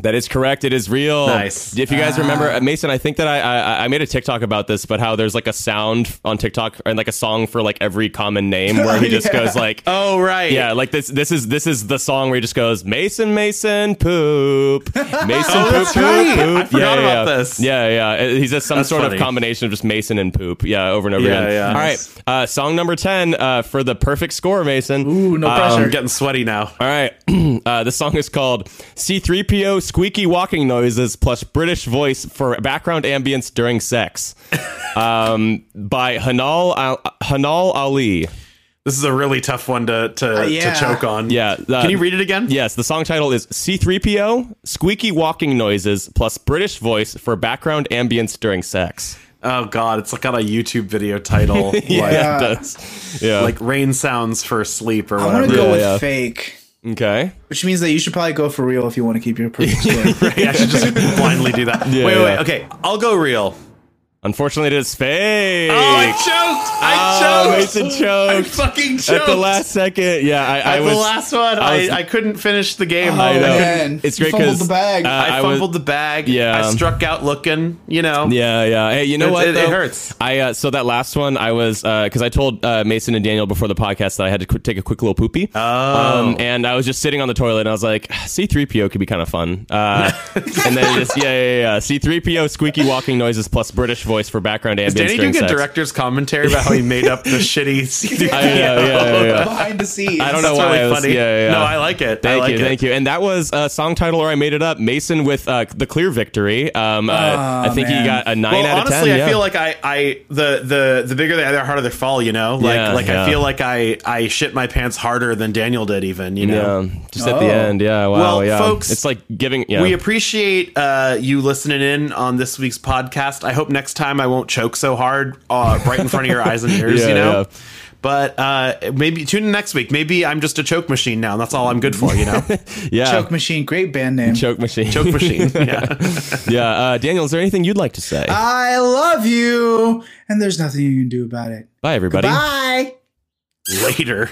Speaker 2: That is correct. It is real.
Speaker 3: Nice. Ah.
Speaker 2: If you guys remember, uh, Mason, I think that I, I I made a TikTok about this, but how there's like a sound on TikTok and like a song for like every common name where he
Speaker 3: [LAUGHS]
Speaker 2: just goes like,
Speaker 3: Oh right.
Speaker 2: yeah, like this this is this is the song where he just goes Mason Mason
Speaker 3: [LAUGHS]
Speaker 2: poop Mason poop
Speaker 3: Oh, that's
Speaker 2: poop
Speaker 3: right.
Speaker 2: poop.
Speaker 3: I forgot
Speaker 2: yeah,
Speaker 3: about
Speaker 2: yeah.
Speaker 3: this.
Speaker 2: Yeah, yeah. Uh, He's just some
Speaker 3: That's
Speaker 2: sort
Speaker 3: funny.
Speaker 2: of combination of just Mason and poop. Yeah, over and over
Speaker 3: Yeah,
Speaker 2: again.
Speaker 3: yeah.
Speaker 2: All right, uh, song number ten uh, for the perfect score, Mason. Uh,
Speaker 1: Ooh, no
Speaker 3: I'm
Speaker 1: pressure.
Speaker 3: getting sweaty now.
Speaker 2: All right. [CLEARS THROAT] uh, this song is called C3PO Squeaky Walking Noises plus British Voice for Background Ambience During
Speaker 3: [LAUGHS]
Speaker 2: Sex um, by Hanal, Al- Hanal Ali.
Speaker 3: This is a really tough one to to,
Speaker 1: yeah.
Speaker 3: to choke on.
Speaker 2: Yeah. uh,
Speaker 3: Can you read it again?
Speaker 2: Yes. The song title is C3PO Squeaky Walking Noises plus British Voice for Background Ambience During Sex.
Speaker 3: Oh god, it's like on a YouTube video [LAUGHS] title.
Speaker 2: Yeah.
Speaker 1: Yeah.
Speaker 2: it does. Yeah.
Speaker 3: like, like rain sounds for sleep or
Speaker 1: I want to
Speaker 3: whatever.
Speaker 1: go
Speaker 2: Yeah,
Speaker 1: with
Speaker 2: yeah.
Speaker 1: fake,
Speaker 2: okay.
Speaker 1: which means that you should probably go for real if you want to
Speaker 2: [LAUGHS]
Speaker 1: keep your perfect score. [LAUGHS]
Speaker 3: Yeah, I should just [LAUGHS] blindly do that.
Speaker 2: Yeah,
Speaker 3: wait, wait,
Speaker 2: yeah.
Speaker 3: wait. Okay, I'll go real.
Speaker 2: Unfortunately, it is fake.
Speaker 3: Oh, I choked! I
Speaker 2: Oh,
Speaker 3: Ah, choked!
Speaker 2: Mason choked.
Speaker 3: I fucking choked!
Speaker 2: At the last second. Yeah. I, I
Speaker 3: At
Speaker 2: was.
Speaker 3: the last one,
Speaker 2: I was- Oh,
Speaker 3: I, I couldn't finish the game.
Speaker 2: I know.
Speaker 1: man.
Speaker 2: It's
Speaker 1: You
Speaker 2: great uh,
Speaker 1: fumbled
Speaker 2: because
Speaker 1: the bag.
Speaker 3: I fumbled the bag.
Speaker 2: Yeah.
Speaker 3: I struck out looking. You know.
Speaker 2: Yeah, yeah. Hey, you know
Speaker 3: It-
Speaker 2: what?
Speaker 3: it- it
Speaker 2: though?
Speaker 3: hurts.
Speaker 2: I uh, so that last one, I was because I told uh, Mason and Daniel before the podcast that I had to qu- take a quick little poopy. Oh. Um, and I was just sitting on the toilet, and I was like, "C3PO could be kind of fun."
Speaker 3: [LAUGHS]
Speaker 2: Uh, and then just yeah, yeah, yeah. C3PO squeaky walking noises plus British voice for background ambience.
Speaker 3: Danny do
Speaker 2: during
Speaker 3: get
Speaker 2: sex.
Speaker 3: director's commentary about how he made
Speaker 2: [LAUGHS]
Speaker 3: up the shitty [LAUGHS] CD.
Speaker 2: I, know, yeah, yeah, yeah.
Speaker 1: [LAUGHS] Behind the scenes.
Speaker 2: I don't know
Speaker 3: That's
Speaker 2: why
Speaker 3: really
Speaker 2: I was-
Speaker 3: funny.
Speaker 2: yeah, yeah, yeah.
Speaker 3: No, I like it.
Speaker 2: Thank
Speaker 3: I like
Speaker 2: you,
Speaker 3: it.
Speaker 2: thank you. And that was a song title, or I made it up. Mason with uh, the clear victory. Um, uh, I think
Speaker 1: man.
Speaker 2: he got a nine
Speaker 3: Oh, Well,
Speaker 2: out of
Speaker 3: honestly,
Speaker 2: ten.
Speaker 3: I
Speaker 2: yeah.
Speaker 3: feel like I, I, the, the, the bigger they are, the harder they fall. You know, like,
Speaker 2: Yeah,
Speaker 3: like
Speaker 2: yeah.
Speaker 3: I feel like I, I shit my pants harder than Daniel did. Even you know,
Speaker 2: Yeah, just at the
Speaker 1: Oh.
Speaker 2: end. Yeah, wow.
Speaker 3: Well,
Speaker 2: yeah.
Speaker 3: folks,
Speaker 2: it's like giving. Yeah,
Speaker 3: We appreciate uh, you listening in on this week's podcast. I hope next time I won't choke so hard uh, right in front of your eyes and
Speaker 2: [LAUGHS]
Speaker 3: ears,
Speaker 2: Yeah,
Speaker 3: you know?
Speaker 2: yeah.
Speaker 3: But uh, maybe tune in next week. Maybe I'm just a choke machine now, and that's all I'm good for, you know?
Speaker 2: [LAUGHS] yeah.
Speaker 1: Choke Machine, great band name.
Speaker 2: Choke machine.
Speaker 3: choke machine. Uh, Yeah.
Speaker 2: [LAUGHS] yeah, uh, Daniel. Is there anything you'd like to say?
Speaker 1: I love you, and there's nothing you can do about it.
Speaker 2: Bye, everybody.
Speaker 1: Bye.
Speaker 3: Later.